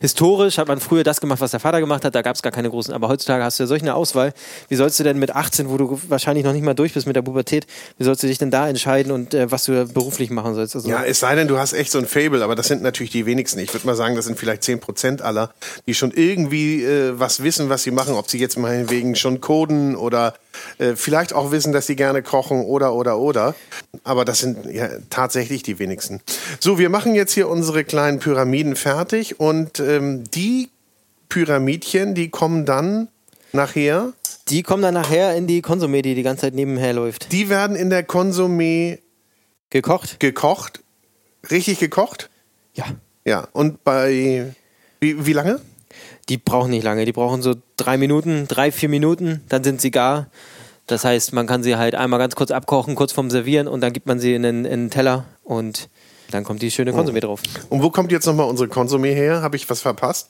B: historisch hat man früher das gemacht, was der Vater gemacht hat, da gab es gar keine großen, aber heutzutage hast du ja solch eine Auswahl. Wie sollst du denn mit 18, wo du wahrscheinlich noch nicht mal durch bist mit der Pubertät, wie sollst du dich denn da entscheiden und äh, was du beruflich machen sollst? Also,
A: ja, es sei denn, du hast echt so ein Fable, aber das sind natürlich die wenigsten. Ich würde mal sagen, das sind vielleicht 10% aller, die schon irgendwie äh, was wissen, was sie machen. Ob sie jetzt meinetwegen schon coden oder äh, vielleicht auch wissen, dass sie gerne kochen oder, oder, oder. Aber das sind ja tatsächlich die wenigsten. So, wir machen jetzt hier unsere kleinen Pyramiden fertig und ähm, die Pyramidchen, die kommen dann nachher.
B: die kommen dann nachher in die Konsumé, die die ganze Zeit nebenher läuft.
A: Die werden in der Konsumé
B: Gekocht?
A: gekocht. Richtig gekocht?
B: Ja.
A: Ja. Und bei. Wie, wie lange?
B: Die brauchen nicht lange, die brauchen so drei Minuten, drei, vier Minuten, dann sind sie gar. Das heißt, man kann sie halt einmal ganz kurz abkochen, kurz vorm Servieren und dann gibt man sie in den, in den Teller und dann kommt die
A: Oh.
B: schöne Konsumé drauf.
A: Und wo kommt jetzt nochmal unsere Konsumé her? Habe ich was verpasst?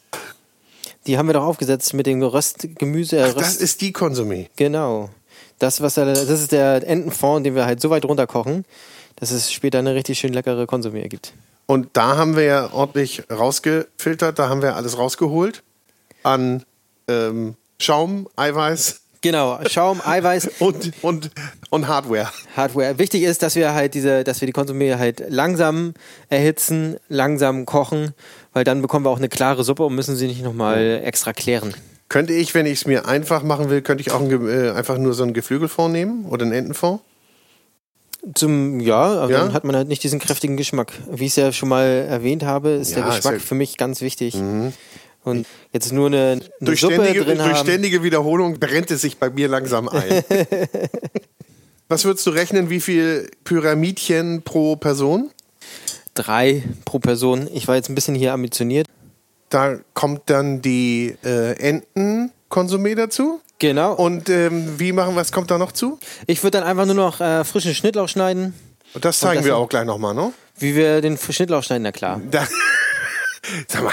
B: Die haben wir doch aufgesetzt mit dem Röstgemüse. Äh,
A: Das
B: Röst,
A: ist die Konsumé.
B: genau. Das, was da, das ist der Entenfond, den wir halt so weit runterkochen, dass es später eine richtig schön leckere Konsumé ergibt.
A: Und da haben wir ja ordentlich rausgefiltert, da haben wir alles rausgeholt an ähm, Schaum, Eiweiß
B: Genau, Schaum, Eiweiß,
A: und, und, und Hardware.
B: Hardware. Wichtig ist, dass wir halt diese, dass wir die Konsumé halt langsam erhitzen, langsam kochen, weil dann bekommen wir auch eine klare Suppe und müssen sie nicht nochmal extra klären.
A: Könnte ich, wenn ich es mir einfach machen will, könnte ich auch ein, Ge- äh, einfach nur so ein Geflügelfond nehmen oder einen Entenfond?
B: Zum, ja, aber
A: Ja?
B: dann hat man halt nicht diesen kräftigen Geschmack. Wie ich es ja schon mal erwähnt habe, ist
A: Ja,
B: der
A: ist
B: Geschmack
A: ja- Mhm.
B: für mich ganz wichtig. Und jetzt nur eine, eine
A: Durch
B: Suppe
A: ständige,
B: drin
A: durch
B: haben.
A: ständige Wiederholung brennt es sich bei mir langsam ein. Was würdest du rechnen, wie viel Pyramidchen pro Person?
B: Drei pro Person. Ich war jetzt ein bisschen hier ambitioniert.
A: Da kommt dann die äh, Entenkonsumé dazu.
B: Genau.
A: Und
B: Und
A: ähm, wie machen wir, was kommt da noch zu?
B: ich würde dann einfach nur noch äh, frischen Schnittlauch schneiden.
A: Und das zeigen
B: das
A: wir
B: noch-
A: auch gleich nochmal, ne?
B: Wie wir den Schnittlauch schneiden, na klar.
A: Da, sag mal,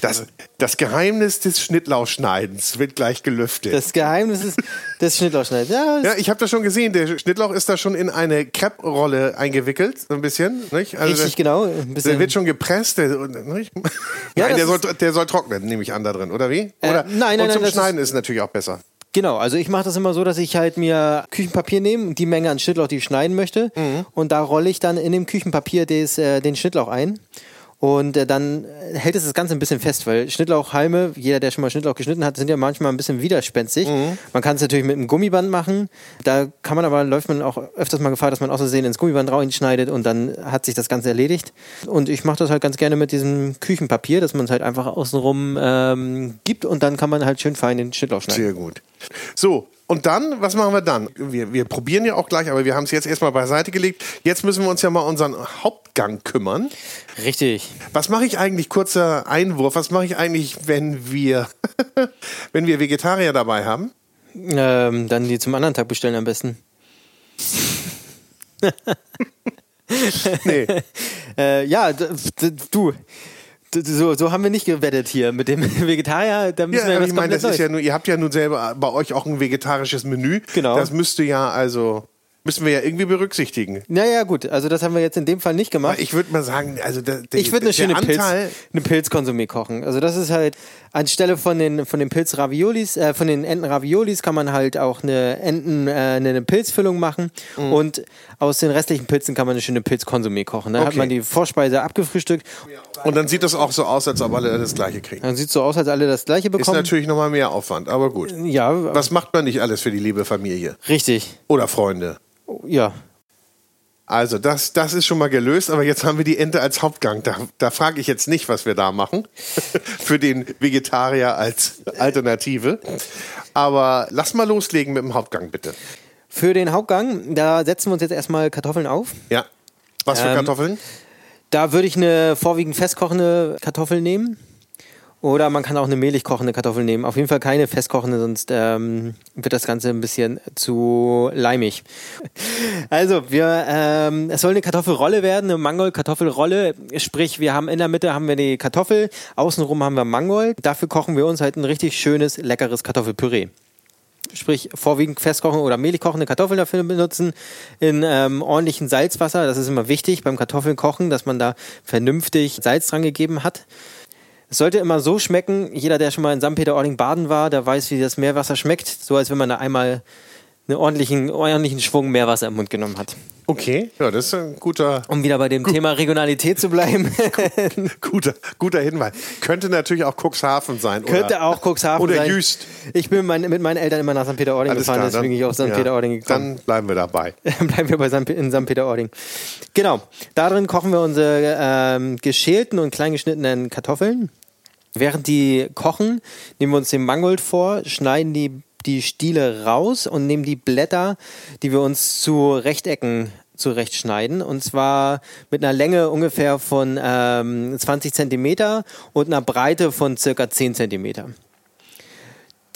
A: das, das Geheimnis des Schnittlauchschneidens wird gleich gelüftet.
B: Das Geheimnis ist das Schnittlauchschneiden. Ja,
A: ja, ich habe das schon gesehen. Der Schnittlauch ist da schon in eine Crepe-Rolle eingewickelt, so ein bisschen. Nicht? Also
B: Richtig,
A: das-
B: genau. Ein
A: Der
B: bisschen.
A: wird schon gepresst. Der, und- nicht?
B: Ja,
A: nein, der
B: das Äh,
A: soll, der soll trocknen, nehme ich an, da drin, oder wie? Oder,
B: nein, nein,
A: und
B: nein,
A: zum
B: das
A: Schneiden ist, natürlich auch besser.
B: Genau, also ich mache das immer so, dass ich halt mir Küchenpapier nehme, und die Menge an Schnittlauch, die ich schneiden möchte. Und da rolle ich dann in dem Küchenpapier des, äh, den Schnittlauch ein. Und äh, dann hält es das Ganze ein bisschen fest, weil Schnittlauchhalme, jeder, der schon mal Schnittlauch geschnitten hat, sind ja manchmal ein bisschen widerspenstig. Man kann es natürlich mit einem Gummiband machen. Da kann man aber, läuft man auch öfters mal Gefahr, dass man aus Versehen ins Gummiband reinschneidet und dann hat sich das Ganze erledigt. Und ich mache das halt ganz gerne mit diesem Küchenpapier, dass man es halt einfach außenrum ähm, gibt und dann kann man halt schön fein den Schnittlauch schneiden.
A: Sehr gut. So, und dann, was machen wir dann? Wir, wir probieren ja auch gleich, aber wir haben es jetzt erstmal beiseite gelegt. Jetzt müssen wir uns ja mal um unseren Hauptgang kümmern.
B: Richtig.
A: Was mache ich eigentlich, kurzer Einwurf, was mache ich eigentlich, wenn wir, wenn wir Vegetarier dabei haben?
B: Ähm, dann die zum anderen Tag bestellen am besten.
A: Nee.
B: Äh, ja, d- d- du. So, so haben wir nicht gewettet hier mit dem Vegetarier. Da müssen
A: Ja,
B: wir
A: aber
B: was
A: ich meine,
B: komplett
A: das ist ja
B: Neues.
A: nur, ihr habt ja nun selber bei euch auch ein vegetarisches Menü.
B: Genau.
A: Das müsste ja, also, müssen wir ja irgendwie berücksichtigen.
B: Naja, gut, also das haben wir jetzt in dem Fall nicht gemacht.
A: Ich würde mal sagen, also der, der,
B: Ich würde eine
A: der
B: schöne Pilz,
A: Anteil,
B: eine Pilzkonsumé kochen. Also das ist halt anstelle von den von den Pilzraviolis, äh, von den Entenraviolis kann man halt auch eine Enten äh, eine eine Pilzfüllung machen
A: Mhm.
B: und aus den restlichen Pilzen kann man eine schöne Pilzkonsumé kochen. Dann hat
A: Okay. Oh
B: man die Vorspeise abgefrühstückt.
A: Und dann sieht das auch so aus, als ob alle das gleiche kriegen.
B: Dann sieht so aus, als alle das gleiche
A: Ist
B: bekommen.
A: natürlich nochmal mehr Aufwand, aber gut.
B: ja,
A: Was macht man nicht alles für die liebe Familie
B: richtig.
A: oder Freunde?
B: Ja.
A: Also, das, das ist schon mal gelöst, aber jetzt haben wir die Ente als Hauptgang. Da, da frage ich jetzt nicht, was wir da machen. Für den Vegetarier als Alternative. Aber lass mal loslegen mit dem Hauptgang, bitte.
B: Für den Hauptgang, da setzen wir uns jetzt erstmal Kartoffeln auf.
A: Ja. Was für
B: Ähm,
A: Kartoffeln?
B: Da würde ich eine vorwiegend festkochende Kartoffel nehmen. Oder man kann auch eine mehlig kochende Kartoffel nehmen. Auf jeden Fall keine festkochende, sonst ähm, wird das Ganze ein bisschen zu leimig. Also, wir, ähm, es soll eine Kartoffelrolle werden, eine Mangold-Kartoffelrolle. Sprich, wir haben in der Mitte haben wir die Kartoffel, außenrum haben wir Mangold. Dafür kochen wir uns halt ein richtig schönes, leckeres Kartoffelpüree. Sprich, vorwiegend festkochen oder mehlig kochende Kartoffeln dafür benutzen, in ähm, ordentlichem Salzwasser. Das ist immer wichtig beim Kartoffeln kochen, dass man da vernünftig Salz dran gegeben hat. Es sollte immer so schmecken, jeder, der schon mal in St. Peter-Ording baden war, der weiß, wie das Meerwasser schmeckt. So, als wenn man da einmal einen ordentlichen, ordentlichen Schwung Meerwasser im Mund genommen hat.
A: Okay. Ja, das ist ein guter,
B: Um wieder bei dem Thema Regionalität zu bleiben,
A: guter, guter Hinweis. Könnte natürlich auch Cuxhaven sein.
B: könnte
A: oder,
B: auch Cuxhaven
A: oder
B: sein.
A: Jüst.
B: Ich bin mein, mit meinen Eltern immer nach St. Peter-Ording
A: Alles
B: gefahren,
A: klar,
B: deswegen bin ich auf St. Peter-Ording gekommen.
A: Dann bleiben wir dabei.
B: Dann bleiben wir bei St. Pe- in St. Peter-Ording. Genau, darin kochen wir unsere ähm, geschälten und klein geschnittenen Kartoffeln. Während die kochen, nehmen wir uns den Mangold vor, schneiden die, die Stiele raus und nehmen die Blätter, die wir uns zu Rechtecken zurechtschneiden. Und zwar mit einer Länge ungefähr von ähm, 20 Zentimeter und einer Breite von circa 10 Zentimeter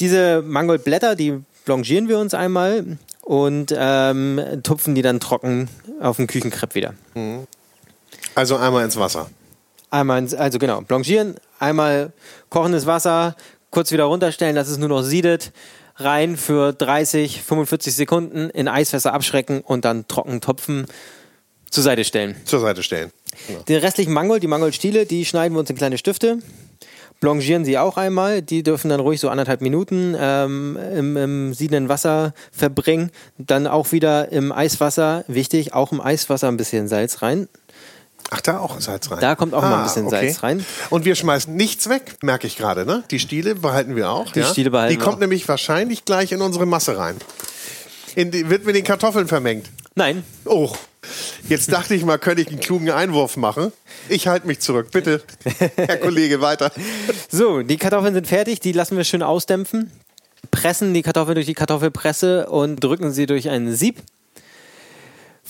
B: diese Mangoldblätter, die blanchieren wir uns einmal und ähm, tupfen die dann trocken auf den Küchenkrepp wieder.
A: Also einmal ins Wasser.
B: Einmal, ins- also genau, blanchieren, einmal kochendes Wasser, kurz wieder runterstellen, dass es nur noch siedet, rein für 30, 45 Sekunden in Eisfässer abschrecken und dann trocken tupfen, zur Seite stellen.
A: Zur Seite stellen.
B: Den restlichen Mangold, die Mangoldstiele, die schneiden wir uns in kleine Stifte. Blanchieren sie auch einmal. Die dürfen dann ruhig so anderthalb Minuten ähm, im, im siedenden Wasser verbringen. Dann auch wieder im Eiswasser. Wichtig, auch im Eiswasser ein bisschen Salz rein.
A: Ach, da auch Salz rein. Ah,
B: Da kommt auch mal ein bisschen Salz rein.
A: Und wir schmeißen nichts weg, merke ich gerade, ne? Die Stiele behalten wir auch. Die ja?
B: Stiele behalten
A: Die
B: wir
A: kommt
B: auch.
A: nämlich wahrscheinlich gleich in unsere Masse rein. In die, wird mit den Kartoffeln vermengt.
B: Nein,
A: Oh, jetzt dachte ich mal, könnte ich einen klugen Einwurf machen. Ich halte mich zurück, bitte. Herr Kollege, weiter.
B: So, die Kartoffeln sind fertig, die lassen wir schön ausdämpfen, pressen die Kartoffeln durch die Kartoffelpresse und drücken sie durch ein Sieb.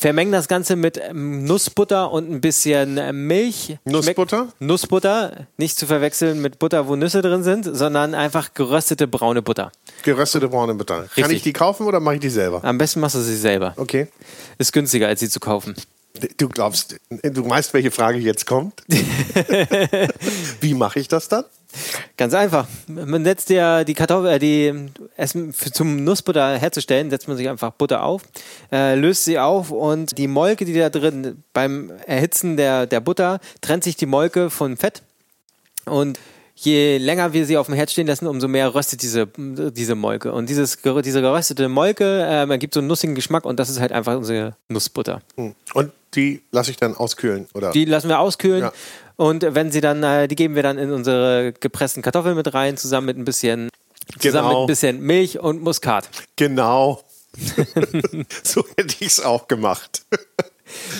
B: Vermengen das Ganze mit ähm, Nussbutter und ein bisschen ähm, Milch.
A: Nussbutter?
B: Schmeckt- Nussbutter, nicht zu verwechseln mit Butter, wo Nüsse drin sind, sondern einfach geröstete braune Butter.
A: Geröstete braune Butter. Kann
B: Richtig. Ah.
A: ich die kaufen oder mache ich die selber?
B: Am besten machst du sie selber.
A: Okay.
B: Ist günstiger, als sie zu kaufen.
A: Du glaubst, du weißt, welche Frage jetzt kommt. Wie mache ich das dann?
B: Ganz einfach. Man setzt ja die Kartoffel, äh, die Essen für, zum Nussbutter herzustellen, setzt man sich einfach Butter auf, äh, löst sie auf und die Molke, die da drin, beim Erhitzen der, der Butter, trennt sich die Molke von Fett und Je länger wir sie auf dem Herd stehen lassen, umso mehr röstet diese, diese Molke. Und dieses, gerö- diese geröstete Molke ähm, ergibt so einen nussigen Geschmack und das ist halt einfach unsere Nussbutter.
A: Hm. Und die lasse ich dann auskühlen, oder?
B: Die lassen wir auskühlen.
A: Ja.
B: Und wenn sie dann, äh, die geben wir dann in unsere gepressten Kartoffeln mit rein, zusammen mit ein bisschen, zusammen mit
A: Genau.
B: ein bisschen Milch und Muskat.
A: Genau. so hätte ich es auch gemacht.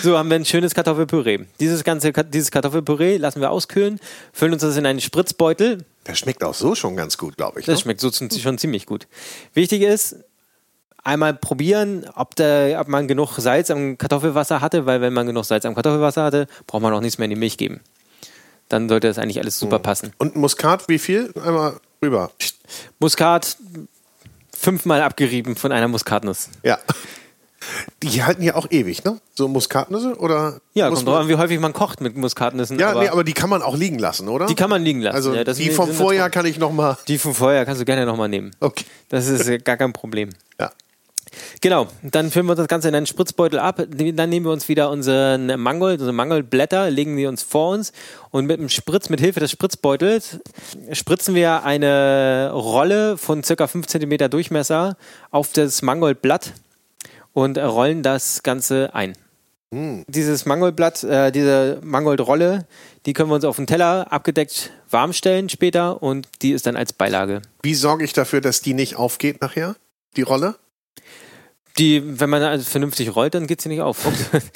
B: So haben wir ein schönes Kartoffelpüree. Dieses ganze, Ka- dieses Kartoffelpüree lassen wir auskühlen, füllen uns das in einen Spritzbeutel.
A: Das schmeckt auch so schon ganz gut, glaube ich.
B: Das
A: Ne?
B: schmeckt so zum- schon ziemlich gut. Wichtig ist, einmal probieren, ob, der, ob man genug Salz am Kartoffelwasser hatte, weil wenn man genug Salz am Kartoffelwasser hatte, braucht man auch nichts mehr in die Milch geben. Dann sollte das eigentlich alles super passen.
A: Und Muskat, wie viel? Einmal rüber.
B: Muskat fünfmal abgerieben von einer Muskatnuss.
A: Ja. Die halten ja auch ewig, ne? So Muskatnüsse oder?
B: Ja,
A: muss
B: kommt
A: man-
B: drauf an, wie häufig man kocht mit Muskatnüssen.
A: Ja,
B: aber
A: nee, aber die kann man auch liegen lassen, oder?
B: die kann man liegen lassen.
A: Also
B: ja, das
A: die
B: sind-
A: vom
B: sind-
A: Vorjahr kann ich noch mal.
B: Die vom Vorjahr kannst du gerne nochmal nehmen.
A: Okay.
B: Das ist äh, gar kein Problem.
A: Ja.
B: Genau, dann füllen wir das Ganze in einen Spritzbeutel ab, dann nehmen wir uns wieder unseren Mangold, unsere Mangoldblätter, legen die uns vor uns und mit dem Spritz, mit Hilfe des Spritzbeutels, spritzen wir eine Rolle von circa 5 cm Durchmesser auf das Mangoldblatt und äh, rollen das Ganze ein. Dieses Mangoldblatt, äh, diese Mangoldrolle, die können wir uns auf den Teller abgedeckt warm stellen später und die ist dann als Beilage.
A: Wie sorge ich dafür, dass die nicht aufgeht nachher? Die Rolle?
B: Die, wenn man also vernünftig rollt, dann geht sie nicht auf.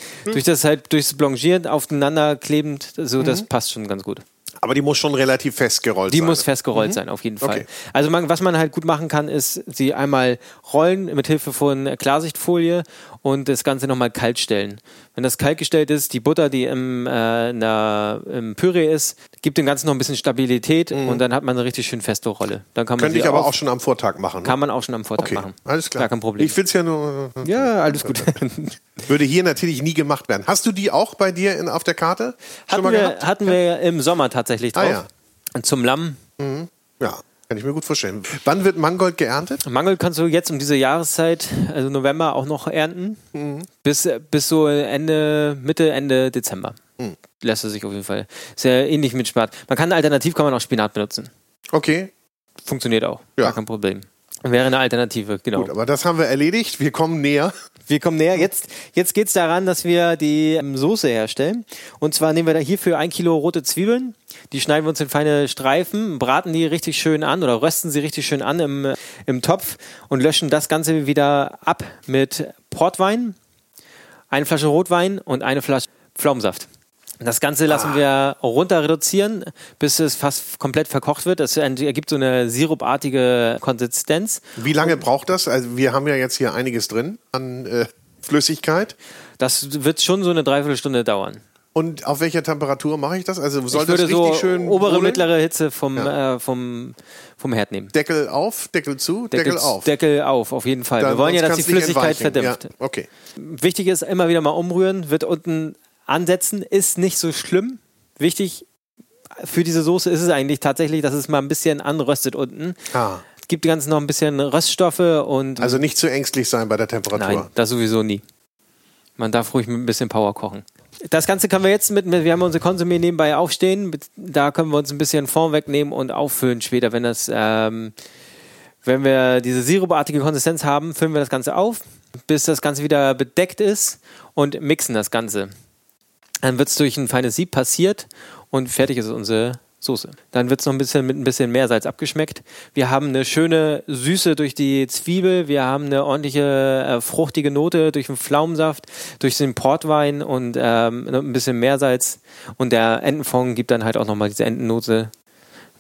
B: durch das halt, durchs Blanchieren aufeinander klebend, so
A: Mhm.
B: das passt schon ganz gut.
A: Aber die muss schon relativ festgerollt
B: Die
A: sein.
B: muss festgerollt sein, auf jeden Fall.
A: Mhm. Okay.
B: Also man, was man halt gut machen kann, ist sie einmal rollen mit Hilfe von Klarsichtfolie und das Ganze nochmal kalt stellen. Wenn das kalt gestellt ist, die Butter, die im, äh, in der, im Püree ist, gibt dem Ganzen noch ein bisschen Stabilität und dann hat man eine richtig schön feste Rolle. Dann kann man
A: Mhm. Könnte
B: sie
A: ich aber
B: auf-
A: auch schon am Vortag machen. ne?
B: kann man auch schon am Vortag
A: okay.
B: machen.
A: Alles klar.
B: Gar kein Problem.
A: Ich will es ja nur.
B: ja, alles gut.
A: Würde hier natürlich nie gemacht werden. Hast du die auch bei dir in, auf der Karte schon
B: Hatten
A: mal
B: wir,
A: gehabt?
B: hatten wir im Sommer tatsächlich drauf.
A: Ah, ja.
B: Und Zum Lamm.
A: Ja, kann ich mir gut vorstellen. Wann wird Mangold geerntet?
B: Mangel kannst du jetzt um diese Jahreszeit, also November, auch noch ernten. Bis, bis so Ende, Mitte, Ende Dezember.
A: Hm.
B: Lässt er sich auf jeden Fall. Sehr ähnlich mit Spinat. Man kann alternativ kann man auch Spinat benutzen.
A: Okay,
B: Funktioniert auch.
A: Ja.
B: Gar kein Problem. Wäre eine Alternative, genau.
A: gut, aber das haben wir erledigt. Wir kommen näher.
B: Wir kommen näher. Jetzt, jetzt geht es daran, dass wir die ähm, Soße herstellen. Und zwar nehmen wir da hierfür ein Kilo rote Zwiebeln. Die schneiden wir uns in feine Streifen, braten die richtig schön an oder rösten sie richtig schön an im, äh, im Topf und löschen das Ganze wieder ab mit Portwein, eine Flasche Rotwein und eine Flasche Pflaumensaft. Das Ganze lassen wir runter reduzieren, bis es fast komplett verkocht wird. Das ergibt so eine sirupartige Konsistenz.
A: Wie
B: Oh.
A: lange braucht das? Also wir haben ja jetzt hier einiges drin an äh, Flüssigkeit.
B: Das wird schon so eine Dreiviertelstunde dauern.
A: Und auf welcher Temperatur mache ich das? Also soll
B: ich würde
A: das richtig
B: so
A: schön
B: obere,
A: brodeln?
B: mittlere Hitze vom, äh, vom, vom Herd nehmen.
A: Deckel auf, Deckel zu, Deckel, auf.
B: Deckel auf, auf jeden Fall.
A: Dann-
B: Wir wollen ja,
A: sonst
B: dass die
A: kann's nicht
B: Flüssigkeit
A: entweichen.
B: verdampft.
A: Ja, okay.
B: Wichtig ist, immer wieder mal umrühren, wird unten ansetzen, ist nicht so schlimm. Wichtig für diese Soße ist es eigentlich tatsächlich, dass es mal ein bisschen anröstet unten.
A: Ah,
B: Es gibt ganz noch ein bisschen Röststoffe und
A: also nicht zu ängstlich sein bei der Temperatur.
B: Nein, das sowieso nie. Man darf ruhig mit ein bisschen Power kochen. Das Ganze können wir jetzt mit, wir haben unsere Konsumé nebenbei aufstehen, mit- da können wir uns ein bisschen Form wegnehmen und auffüllen später, wenn das, ähm, wenn wir diese sirupartige Konsistenz haben, füllen wir das Ganze auf, bis das Ganze wieder bedeckt ist und mixen das Ganze. Dann wird es durch ein feines Sieb passiert und fertig ist unsere Soße. Dann wird es noch ein bisschen mit ein bisschen Meersalz abgeschmeckt. Wir haben eine schöne Süße durch die Zwiebel, wir haben eine ordentliche äh, fruchtige Note durch den Pflaumensaft, durch den Portwein und ähm, noch ein bisschen Meersalz. Und der Entenfond gibt dann halt auch nochmal diese Entennote.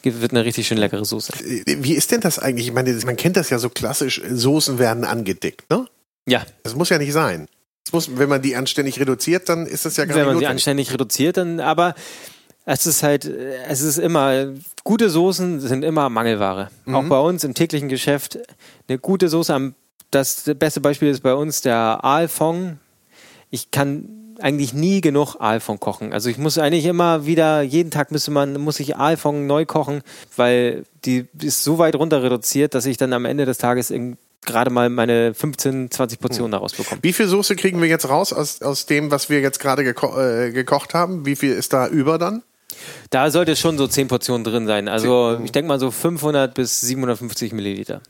B: Gibt- Wird eine richtig schön leckere Soße.
A: Wie ist denn das eigentlich? Ich meine, man kennt das ja so klassisch, Soßen werden angedickt, ne?
B: Ja,
A: Das muss ja nicht sein. Das muss, wenn man die anständig reduziert, dann ist das ja gar
B: wenn man
A: nicht
B: sie
A: notwendig.
B: anständig reduziert, dann aber es ist halt, äh, es ist immer, gute Soßen sind immer Mangelware.
A: Mhm.
B: Auch bei uns im täglichen Geschäft eine gute Soße, am, das beste Beispiel ist bei uns der Aalfong. Ich kann eigentlich nie genug Aalfong kochen. Also ich muss eigentlich immer wieder, jeden Tag müsste man, muss ich Aalfong neu kochen, weil die ist so weit runter reduziert, dass ich dann am Ende des Tages in- gerade mal meine 15, 20 Portionen
A: Mhm.
B: daraus bekomme.
A: Wie viel Soße kriegen wir jetzt raus aus, aus dem, was wir jetzt gerade geko äh, gekocht haben? Wie viel ist da über dann?
B: Da sollte schon so 10 Portionen drin sein. Also ich denke mal so 500 bis 750 Milliliter.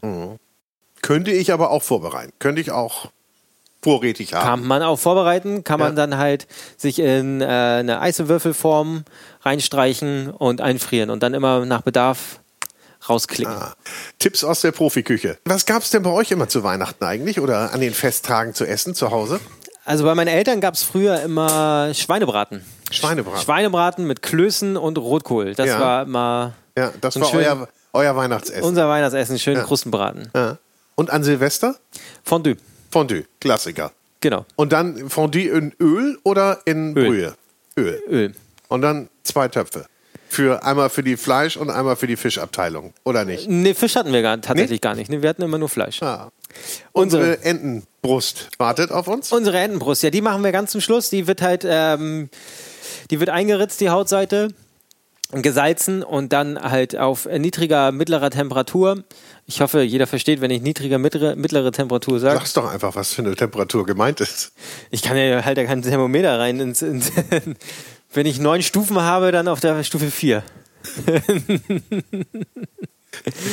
A: Könnte ich aber auch vorbereiten. Könnte ich auch vorrätig haben.
B: Kann man auch vorbereiten, kann man
A: Ah. Ja.
B: dann halt sich in äh, eine Eiswürfelform reinstreichen und einfrieren und dann immer nach Bedarf rausklicken.
A: Ah. Tipps aus der Profiküche. Was gab es denn bei euch immer zu Weihnachten eigentlich oder an den Festtagen zu essen zu Hause?
B: Also bei meinen Eltern gab es früher immer Schweinebraten.
A: Schweinebraten.
B: Schweinebraten mit Klößen und Rotkohl. Das
A: Ja.
B: war immer
A: ja, das
B: so ein
A: war
B: schön-
A: euer, euer Weihnachtsessen.
B: unser Weihnachtsessen, schönen Krustenbraten.
A: ja. Und an Silvester?
B: Fondue,
A: Fondue, Klassiker.
B: genau.
A: Und dann Fondue in Öl oder in
B: Öl.
A: Brühe? Öl.
B: Öl.
A: Und dann zwei Töpfe. Für einmal für die Fleisch und einmal für die Fischabteilung, oder nicht?
B: Nee, Fisch hatten wir gar, tatsächlich gar nicht. Nee, wir hatten immer nur Fleisch.
A: Ah.
B: Unsere-
A: Unsere Enten Brust wartet auf uns.
B: Unsere Entenbrust, ja, die machen wir ganz zum Schluss. Die wird halt, ähm, die wird eingeritzt, die Hautseite, gesalzen und dann halt auf niedriger, mittlerer Temperatur. Ich hoffe, jeder versteht, wenn ich niedriger, mittlere, mittlere Temperatur sage.
A: Sag's doch einfach, was für eine Temperatur gemeint ist.
B: Ich kann ja halt da keinen Thermometer rein. Ins, ins wenn ich neun Stufen habe, dann auf der Stufe 4.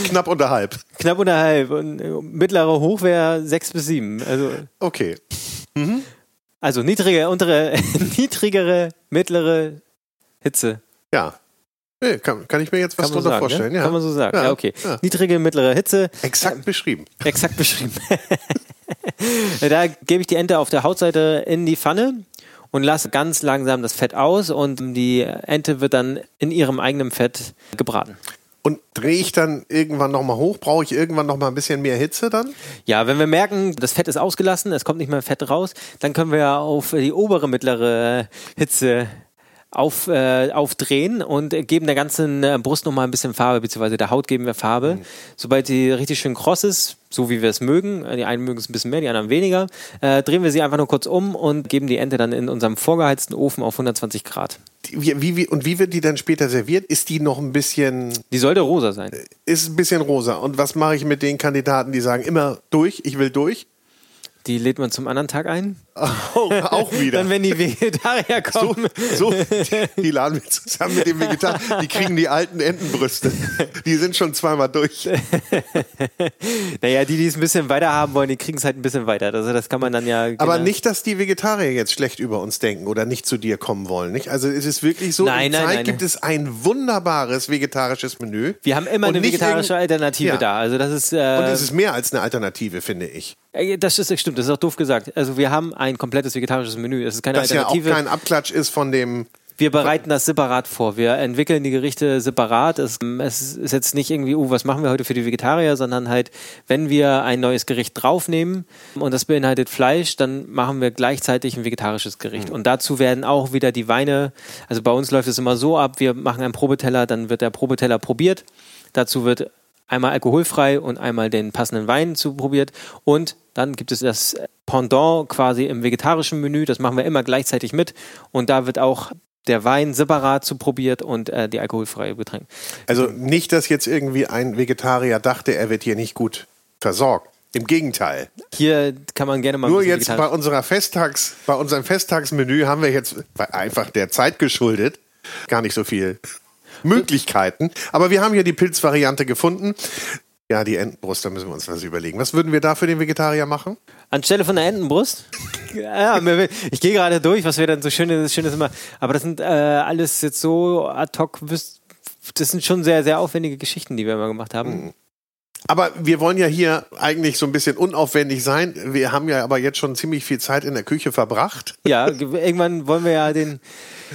A: Knapp unterhalb.
B: Knapp unterhalb. Und äh, mittlere Hoch wäre 6 bis 7. Also,
A: Okay.
B: also niedrige, untere, niedrigere, mittlere Hitze.
A: Ja. Nee, kann, kann ich mir jetzt was
B: Kann man,
A: drunter
B: so sagen,
A: vorstellen.
B: ne?
A: Ja.
B: Kann man so sagen. Ja, okay.
A: ja.
B: Niedrige, mittlere Hitze,
A: Exakt beschrieben.
B: exakt beschrieben. da gebe ich die Ente auf der Hautseite in die Pfanne und lasse ganz langsam das Fett aus und die Ente wird dann in ihrem eigenen Fett gebraten.
A: Und drehe ich dann irgendwann nochmal hoch? Brauche ich irgendwann nochmal ein bisschen mehr Hitze dann?
B: Ja, wenn wir merken, das Fett ist ausgelassen, es kommt nicht mehr Fett raus, dann können wir auf die obere mittlere äh, Hitze auf, äh, aufdrehen und geben der ganzen äh, Brust nochmal ein bisschen Farbe, beziehungsweise der Haut geben wir Farbe.
A: Mhm.
B: Sobald die richtig schön kross ist, so wie wir es mögen, äh, die einen mögen es ein bisschen mehr, die anderen weniger, äh, drehen wir sie einfach nur kurz um und geben die Ente dann in unserem vorgeheizten Ofen auf 120 Grad.
A: Die- Wie, wie, wie, und wie wird die dann später serviert? Ist die noch ein bisschen,
B: Die sollte rosa sein.
A: ist ein bisschen rosa? Und was mache ich mit den Kandidaten, die sagen immer durch, ich will durch?
B: Die lädt man zum anderen Tag ein.
A: Auch, auch wieder.
B: Dann, wenn die Vegetarier
A: so,
B: kommen.
A: so, die laden wir zusammen mit dem Vegetar. Die kriegen die alten Entenbrüste. Die sind schon zweimal durch.
B: Naja, die, die es ein bisschen weiter haben wollen, die kriegen es halt ein bisschen weiter. Also das kann man dann ja.
A: Aber
B: genau-
A: nicht, dass die Vegetarier jetzt schlecht über uns denken oder nicht zu dir kommen wollen. Nicht? Also es ist wirklich so,
B: Nein,
A: in
B: nein,
A: Zeit
B: nein.
A: gibt es ein wunderbares vegetarisches Menü.
B: Wir haben immer
A: Und
B: eine
A: nicht
B: vegetarische
A: irgend-
B: Alternative
A: Ja.
B: da. Also das ist.
A: Und
B: Äh,
A: es ist mehr als eine Alternative, finde ich.
B: äh, das ist stimmt. Das ist auch doof gesagt. Also wir haben ein komplettes vegetarisches Menü. Das ist keine
A: Das ja auch
B: Alternative.
A: kein Abklatsch ist von dem
B: wir bereiten das separat vor. Wir entwickeln die Gerichte separat. Es, es ist jetzt nicht irgendwie, oh, was machen wir heute für die Vegetarier, sondern halt, wenn wir ein neues Gericht draufnehmen und das beinhaltet Fleisch, dann machen wir gleichzeitig ein vegetarisches Gericht. Und dazu werden auch wieder die Weine, also bei uns läuft es immer so ab, wir machen einen Probeteller, dann wird der Probeteller probiert. Dazu wird einmal alkoholfrei und einmal den passenden Wein zu probiert. Und dann gibt es das Pendant quasi im vegetarischen Menü. Das machen wir immer gleichzeitig mit. Und da wird auch der Wein separat zu probiert und äh, die alkoholfreie Getränke.
A: Also
B: Mhm.
A: nicht, dass jetzt irgendwie ein Vegetarier dachte, er wird hier nicht gut versorgt. Im Gegenteil.
B: Hier kann man gerne mal ein
A: Nur
B: bisschen
A: jetzt bei
B: vegetarisch-
A: unserer Festtags, bei unserem Festtagsmenü haben wir jetzt weil einfach der Zeit geschuldet gar nicht so viel Möglichkeiten. Aber wir haben hier die Pilzvariante gefunden. Ja, die Entenbrust, da müssen wir uns was überlegen. Was würden wir da für den Vegetarier machen?
B: Anstelle von der Entenbrust. ja, mir will- ich gehe gerade durch, was wir dann so schönes, schönes immer. Aber das sind äh, alles jetzt so ad hoc. wüs- Das sind schon sehr, sehr aufwendige Geschichten, die wir immer gemacht haben.
A: Mhm. Aber wir wollen ja hier eigentlich so ein bisschen unaufwendig sein. Wir haben ja aber jetzt schon ziemlich viel Zeit in der Küche verbracht.
B: Ja, ge- irgendwann wollen wir ja den,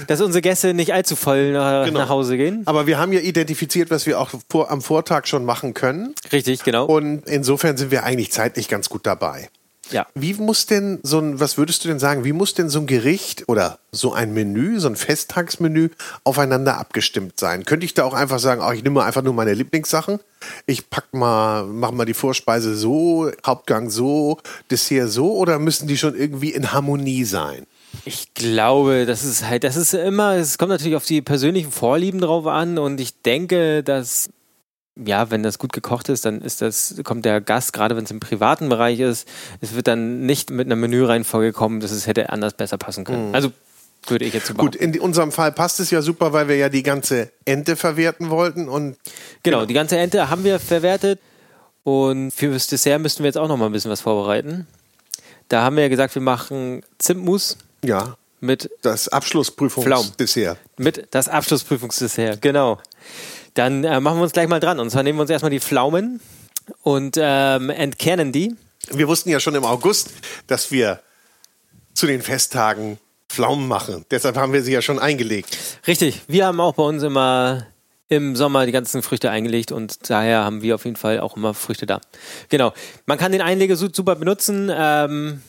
B: dass unsere Gäste nicht allzu voll nach,
A: Genau.
B: nach Hause gehen.
A: Aber wir haben ja identifiziert, was wir auch vor, am Vortag schon machen können.
B: Richtig, genau.
A: Und insofern sind wir eigentlich zeitlich ganz gut dabei.
B: ja.
A: Wie muss denn so ein, was würdest du denn sagen, wie muss denn so ein Gericht oder so ein Menü, so ein Festtagsmenü aufeinander abgestimmt sein? Könnte ich da auch einfach sagen, ach, ich nehme einfach nur meine Lieblingssachen, ich pack mal, mach mal die Vorspeise so, Hauptgang so, Dessert so oder müssen die schon irgendwie in Harmonie sein?
B: Ich glaube, das ist halt, das ist immer, es kommt natürlich auf die persönlichen Vorlieben drauf an und ich denke, dass ja, wenn das gut gekocht ist, dann ist das, kommt der Gast, gerade wenn es im privaten Bereich ist, es wird dann nicht mit einer Menüreihenfolge kommen, dass es hätte anders besser passen können. Also würde ich jetzt
A: Gut,
B: überhaupt.
A: in unserem Fall passt es ja super, weil wir ja die ganze Ente verwerten wollten und
B: Genau, die ganze Ente haben wir verwertet und fürs Dessert müssten wir jetzt auch noch mal ein bisschen was vorbereiten. Da haben wir ja gesagt, wir machen Zimtmus
A: ja,
B: mit
A: das
B: Pflaumen.
A: Abschlussprüfungsdessert.
B: Mit das Abschlussprüfungsdessert, genau. Dann äh, machen wir uns gleich mal dran. Und zwar nehmen wir uns erstmal die Pflaumen und ähm, entkernen die.
A: Wir wussten ja schon im August, dass wir zu den Festtagen Pflaumen machen. Deshalb haben wir sie ja schon eingelegt.
B: Richtig, wir haben auch bei uns immer im Sommer die ganzen Früchte eingelegt und daher haben wir auf jeden Fall auch immer Früchte da. Genau, man kann den Einlegesud super benutzen. Ähm,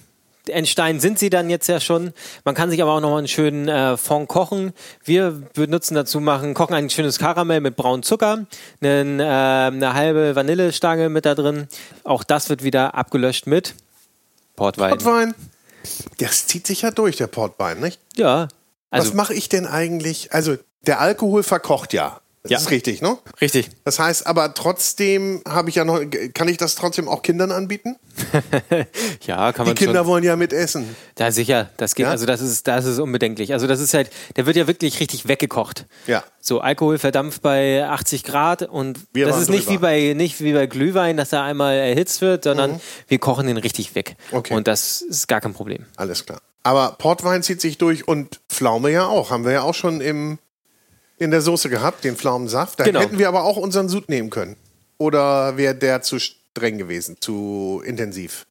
B: in Stein sind sie dann jetzt ja schon. Man kann sich aber auch nochmal einen schönen äh, Fond kochen. Wir benutzen dazu, machen, kochen ein schönes Karamell mit braunem Zucker, einen, äh, eine halbe Vanillestange mit da drin. Auch das wird wieder abgelöscht mit Portwein.
A: Portwein. Das zieht sich ja durch, der Portwein, nicht?
B: Ja.
A: Was
B: Also,
A: mache ich denn eigentlich? Also, der Alkohol verkocht ja. Das
B: Ja.
A: ist richtig, ne?
B: richtig.
A: Das heißt, aber trotzdem habe ich ja noch, kann ich das trotzdem auch Kindern anbieten?
B: ja, kann
A: Die
B: man
A: Kinder
B: schon.
A: wollen ja mitessen.
B: Da sicher, das geht,
A: Ja?
B: also das ist, das ist unbedenklich. Also das ist halt, der wird ja wirklich richtig weggekocht.
A: Ja.
B: So, Alkohol verdampft bei 80 Grad und
A: Wir
B: das
A: waren
B: ist nicht
A: drüber. Mhm.
B: wie, bei, nicht wie bei Glühwein, dass er einmal erhitzt wird, sondern wir kochen den richtig weg.
A: Okay.
B: Und das ist gar kein Problem.
A: Alles klar. Aber Portwein zieht sich durch und Pflaume ja auch. Haben wir ja auch schon im, in der Soße gehabt, den Pflaumensaft. Da
B: Genau.
A: hätten wir aber auch unseren Sud nehmen können. Oder wäre der zu streng gewesen, zu intensiv?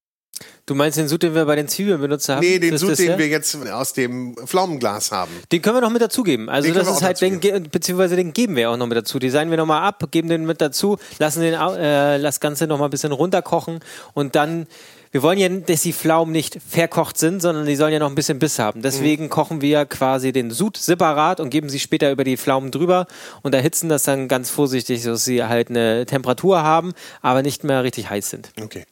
B: Du meinst den Sud, den wir bei den Zwiebeln benutzt haben?
A: Nee, den
B: fürs
A: Sud,
B: Dessert?
A: den wir jetzt aus dem Pflaumenglas haben.
B: Den können wir noch mit dazugeben. Also
A: Den
B: das
A: können wir
B: ist
A: auch
B: halt, den, ge- beziehungsweise den geben wir auch noch mit dazu. Designen wir nochmal ab, geben den mit dazu, lassen den, au- äh, das Ganze nochmal ein bisschen runterkochen und dann, wir wollen ja, dass die Pflaumen nicht verkocht sind, sondern die sollen ja noch ein bisschen Biss haben. Deswegen
A: Mhm.
B: kochen wir quasi den Sud separat und geben sie später über die Pflaumen drüber und erhitzen das dann ganz vorsichtig, dass sie halt eine Temperatur haben, aber nicht mehr richtig heiß sind.
A: Okay.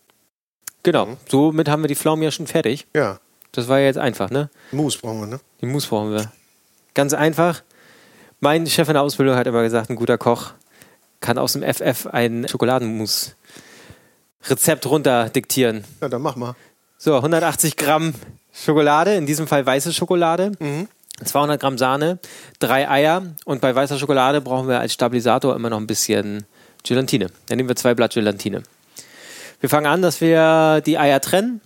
B: Genau,
A: Mhm.
B: somit haben wir die Pflaumen ja schon fertig.
A: Ja.
B: Das war ja jetzt einfach, ne?
A: Mousse brauchen wir, ne?
B: Die Mousse brauchen wir. Ganz einfach. Mein Chef in der Ausbildung hat immer gesagt, ein guter Koch kann aus dem FF ein Schokoladenmousse-Rezept runter diktieren.
A: Ja, dann mach mal.
B: So, 180 Gramm Schokolade, in diesem Fall weiße Schokolade, 200 Gramm Sahne, drei Eier und bei weißer Schokolade brauchen wir als Stabilisator immer noch ein bisschen Gelatine. Dann nehmen wir zwei Blatt Gelatine. Wir fangen an, dass wir die Eier trennen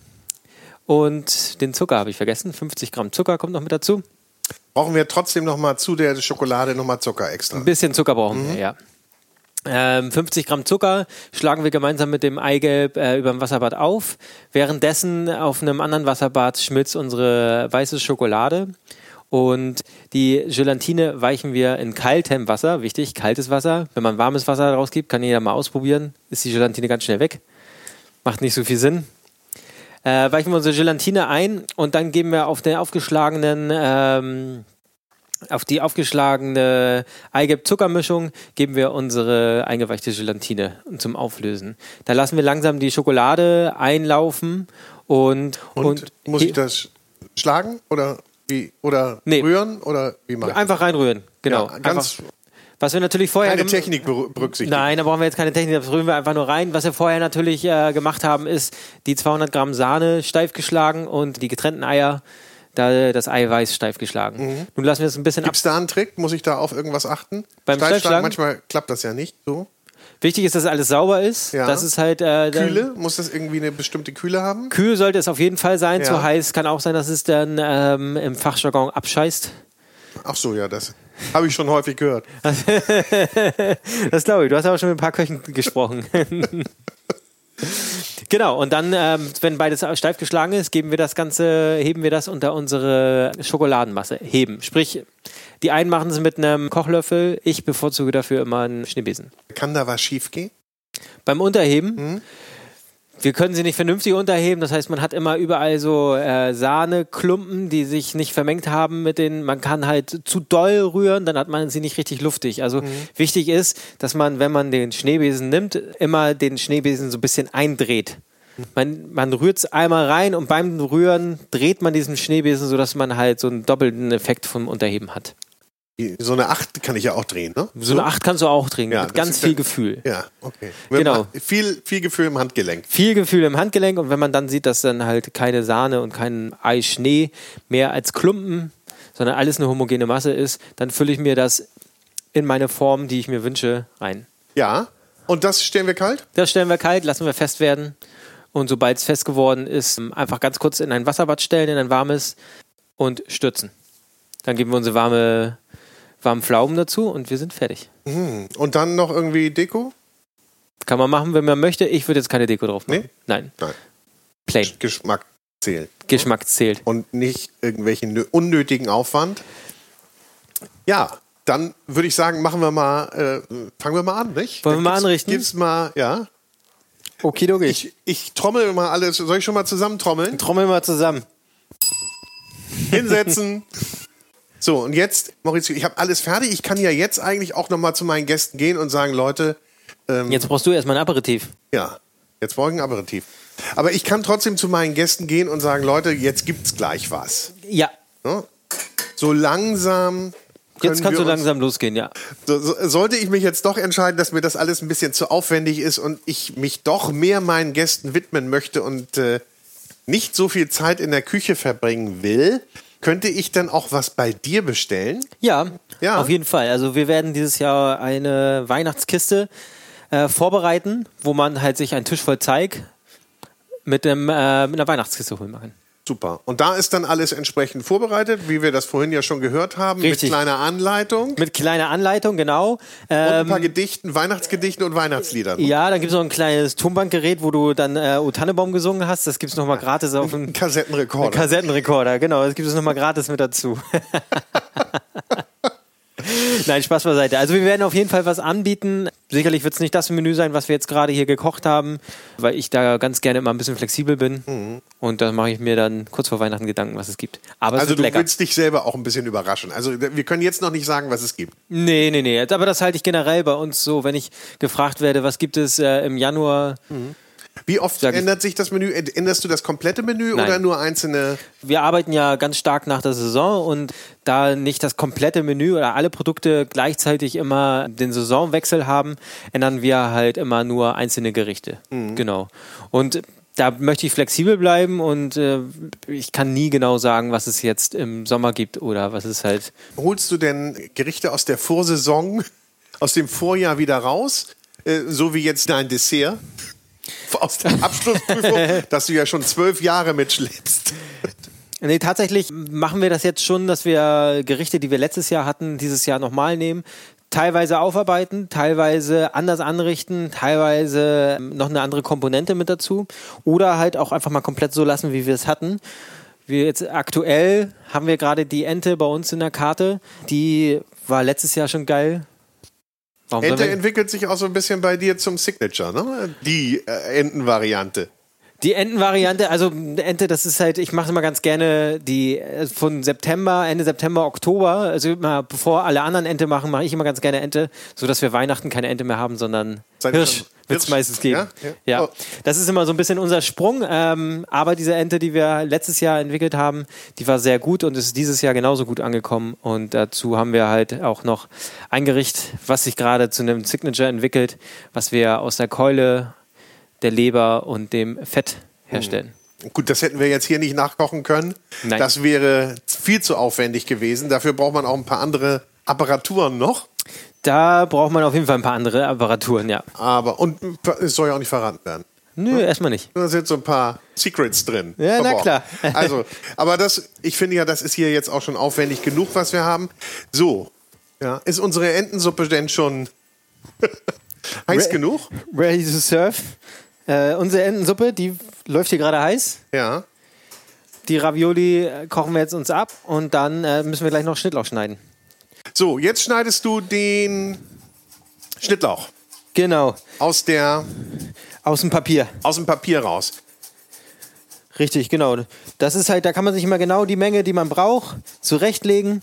B: und den Zucker habe ich vergessen. 50 Gramm Zucker kommt noch mit dazu.
A: Brauchen wir trotzdem noch mal zu der Schokolade noch mal Zucker extra.
B: Ein bisschen Zucker brauchen wir, ja. Ähm, 50 Gramm Zucker schlagen wir gemeinsam mit dem Eigelb äh, über dem Wasserbad auf. Währenddessen auf einem anderen Wasserbad schmilzt unsere weiße Schokolade. Und die Gelatine weichen wir in kaltem Wasser, wichtig, kaltes Wasser. Wenn man warmes Wasser rausgibt, kann jeder mal ausprobieren, ist die Gelatine ganz schnell weg. Macht nicht so viel Sinn. Äh, weichen wir unsere Gelatine ein und dann geben wir auf den aufgeschlagenen ähm, auf die aufgeschlagene Eigelb-Zuckermischung geben wir unsere eingeweichte Gelatine zum Auflösen. Da lassen wir langsam die Schokolade einlaufen und,
A: Und, muss
B: he-
A: ich das schlagen oder wie oder
B: Nee.
A: rühren oder wie mache ich das?
B: einfach reinrühren. Genau.
A: Ja, ganz
B: einfach. Was wir natürlich vorher
A: keine
B: gem-
A: Technik berü- berücksichtigen.
B: Nein, da brauchen wir jetzt keine Technik, das rühren wir einfach nur rein. Was wir vorher natürlich äh, gemacht haben, ist die 200 Gramm Sahne steif geschlagen und die getrennten Eier, da das Eiweiß steif geschlagen.
A: Mhm.
B: Nun lassen wir es ein bisschen ab.
A: Gibt es da einen Trick? Muss ich da auf irgendwas achten?
B: Beim Steifschlagen?
A: manchmal klappt das ja nicht so.
B: Wichtig ist, dass alles sauber ist.
A: Ja.
B: Das ist halt äh, dann-
A: Kühle, muss das irgendwie eine bestimmte Kühle haben?
B: Kühl sollte es auf jeden Fall sein.
A: Ja.
B: Zu heiß kann auch sein, dass es dann ähm, im Fachjargon abscheißt.
A: Ach so, ja, das habe ich schon häufig gehört.
B: Das glaube ich. Du hast aber schon mit ein paar Köchen gesprochen. genau, und dann, ähm, wenn beides steif geschlagen ist, geben wir das Ganze, heben wir das unter unsere Schokoladenmasse. Heben. Sprich, die einen machen es mit einem Kochlöffel, ich bevorzuge dafür immer einen Schneebesen.
A: Kann da was schief gehen?
B: Beim Unterheben,
A: Mhm.
B: wir können sie nicht vernünftig unterheben, das heißt, man hat immer überall so äh, Sahneklumpen, die sich nicht vermengt haben mit den, man kann halt zu doll rühren, dann hat man sie nicht richtig luftig.
A: Mhm.
B: Also wichtig ist, dass man, wenn man den Schneebesen nimmt, immer den Schneebesen so ein bisschen eindreht.
A: Mhm.
B: Man, man rührt es einmal rein und beim Rühren dreht man diesen Schneebesen, sodass man halt so einen doppelten Effekt vom Unterheben hat.
A: So eine Acht kann ich ja auch drehen, ne?
B: So eine Acht kannst du auch drehen,
A: Ja,
B: mit
A: das
B: ganz
A: ist
B: viel
A: ja-
B: Gefühl.
A: Ja, okay. Mit
B: Genau.
A: dem- Viel, viel Gefühl im Handgelenk.
B: viel Gefühl im Handgelenk und wenn man dann sieht, dass dann halt keine Sahne und kein Eischnee mehr als Klumpen, sondern alles eine homogene Masse ist, dann fülle ich mir das in meine Form, die ich mir wünsche, rein.
A: Ja. Und das stellen wir kalt?
B: Das stellen wir kalt, lassen wir fest werden und sobald es fest geworden ist, einfach ganz kurz in ein Wasserbad stellen, in ein warmes und stürzen. Dann geben wir unsere warme, warmen Pflaumen dazu und wir sind fertig.
A: Hm. Und dann noch irgendwie Deko?
B: Kann man machen, wenn man möchte. Ich würde jetzt keine Deko drauf machen.
A: Nee?
B: Nein.
A: Nein.
B: Plain.
A: Geschmack zählt.
B: Geschmack zählt.
A: und nicht irgendwelchen nö- unnötigen Aufwand. Ja, dann würde ich sagen, machen wir mal, äh, fangen wir mal an, nicht?
B: Wollen wir mal
A: Gibt's-
B: anrichten?
A: Gibt's mal, ja.
B: Okidoki.
A: Ich, ich trommel mal alles. Soll ich schon mal zusammentrommeln?
B: Trommel mal zusammen.
A: Hinsetzen. So, und jetzt, Maurizio, ich habe alles fertig. Ich kann ja jetzt eigentlich auch nochmal zu meinen Gästen gehen und sagen, Leute,
B: Jetzt brauchst du erstmal ein Aperitif.
A: ja, jetzt morgen Aperitif. Aber ich kann trotzdem zu meinen Gästen gehen und sagen, Leute, jetzt gibt's gleich was.
B: Ja,
A: Ne? So langsam. können
B: jetzt kannst
A: wir
B: du
A: uns-
B: langsam losgehen, ja.
A: So, so, sollte ich mich jetzt doch entscheiden, dass mir das alles ein bisschen zu aufwendig ist und ich mich doch mehr meinen Gästen widmen möchte und äh, nicht so viel Zeit in der Küche verbringen will, könnte ich dann auch was bei dir bestellen?
B: Ja,
A: Ja.
B: auf jeden Fall. Also wir werden dieses Jahr eine Weihnachtskiste äh, vorbereiten, wo man halt sich einen Tisch voll Teig mit, dem, äh, mit einer Weihnachtskiste holen kann.
A: Super. Und da ist dann alles entsprechend vorbereitet, wie wir das vorhin ja schon gehört haben, mit
B: Richtig.
A: kleiner Anleitung
B: Mit kleiner Anleitung, genau.
A: und
B: Ähm,
A: ein paar Gedichten, Weihnachtsgedichten und Weihnachtsliedern.
B: ja, dann gibt es noch ein kleines Tonbandgerät, wo du dann äh, O Tannenbaum gesungen hast. Das gibt es nochmal gratis auf dem
A: Ein Kassettenrekorder.
B: Kassettenrekorder, genau. Das gibt es nochmal gratis mit dazu. Nein, Spaß beiseite. Also wir werden auf jeden Fall was anbieten. Sicherlich wird es nicht das Menü sein, was wir jetzt gerade hier gekocht haben, weil ich da ganz gerne immer ein bisschen flexibel bin.
A: Mhm.
B: Und da mache ich mir dann kurz vor Weihnachten Gedanken, was es gibt. Aber es
A: also
B: wird
A: du
B: lecker.
A: willst dich selber auch ein bisschen überraschen. Also wir können jetzt noch nicht sagen, was es gibt.
B: Nee, nee, nee. Aber das halte ich generell bei uns so, wenn ich gefragt werde, was gibt es äh, im Januar.
A: Wie oft
B: Sag ich-
A: ändert sich das Menü? Änderst du das komplette Menü
B: Nein.
A: oder nur einzelne?
B: Wir arbeiten ja ganz stark nach der Saison und da nicht das komplette Menü oder alle Produkte gleichzeitig immer den Saisonwechsel haben, ändern wir halt immer nur einzelne Gerichte. Genau. Und da möchte ich flexibel bleiben und äh, ich kann nie genau sagen, was es jetzt im Sommer gibt oder was es halt.
A: Holst du denn Gerichte aus der Vorsaison, aus dem Vorjahr wieder raus? Äh, so wie jetzt dein Dessert aus der Abschlussprüfung, dass du ja schon zwölf Jahre mitschleppst.
B: Nee, tatsächlich machen wir das jetzt schon, dass wir Gerichte, die wir letztes Jahr hatten, dieses Jahr nochmal nehmen. Teilweise aufarbeiten, teilweise anders anrichten, teilweise ähm, noch eine andere Komponente mit dazu. Oder halt auch einfach mal komplett so lassen, wie wir es hatten. Wir jetzt aktuell haben wir gerade die Ente bei uns in der Karte. Die war letztes Jahr schon geil. Warum sollen
A: Ente
B: wir-
A: entwickelt sich auch so ein bisschen bei dir zum Signature, ne? Die äh, Entenvariante.
B: Die Entenvariante, also eine Ente, das ist halt, ich mache immer ganz gerne die äh, von September, Ende September, Oktober, also immer bevor alle anderen Ente machen, mache ich immer ganz gerne Ente, sodass wir Weihnachten keine Ente mehr haben, sondern
A: Seid ihr
B: Hirsch
A: schon-
B: wird es
A: Hirsch?
B: meistens geben.
A: Ja?
B: Ja,
A: Ja. Oh.
B: das ist immer so ein bisschen unser Sprung, ähm, aber diese Ente, die wir letztes Jahr entwickelt haben, die war sehr gut und ist dieses Jahr genauso gut angekommen und dazu haben wir halt auch noch ein Gericht, was sich gerade zu einem Signature entwickelt, was wir aus der Keule der Leber und dem Fett herstellen.
A: Gut, das hätten wir jetzt hier nicht nachkochen können.
B: Nein.
A: Das wäre viel zu aufwendig gewesen. Dafür braucht man auch ein paar andere Apparaturen noch.
B: Da braucht man auf jeden Fall ein paar andere Apparaturen, ja.
A: Aber, und es soll ja auch nicht verraten werden.
B: Nö, erstmal nicht.
A: Da sind so ein paar Secrets drin.
B: Ja, na
A: Verborgen.
B: klar.
A: also, aber das, ich finde ja, das ist hier jetzt auch schon aufwendig genug, was wir haben. So, ja, ist unsere Entensuppe denn schon heiß
B: Re-
A: genug?
B: Ready to serve. Äh, unsere Entensuppe, die läuft hier gerade heiß.
A: Ja.
B: Die Ravioli äh, kochen wir jetzt uns ab und dann äh, müssen wir gleich noch Schnittlauch schneiden.
A: So, jetzt schneidest du den Schnittlauch
B: Genau,
A: aus, der,
B: aus dem Papier.
A: aus dem Papier raus.
B: Richtig, genau. Das ist halt, da kann man sich immer genau die Menge, die man braucht, zurechtlegen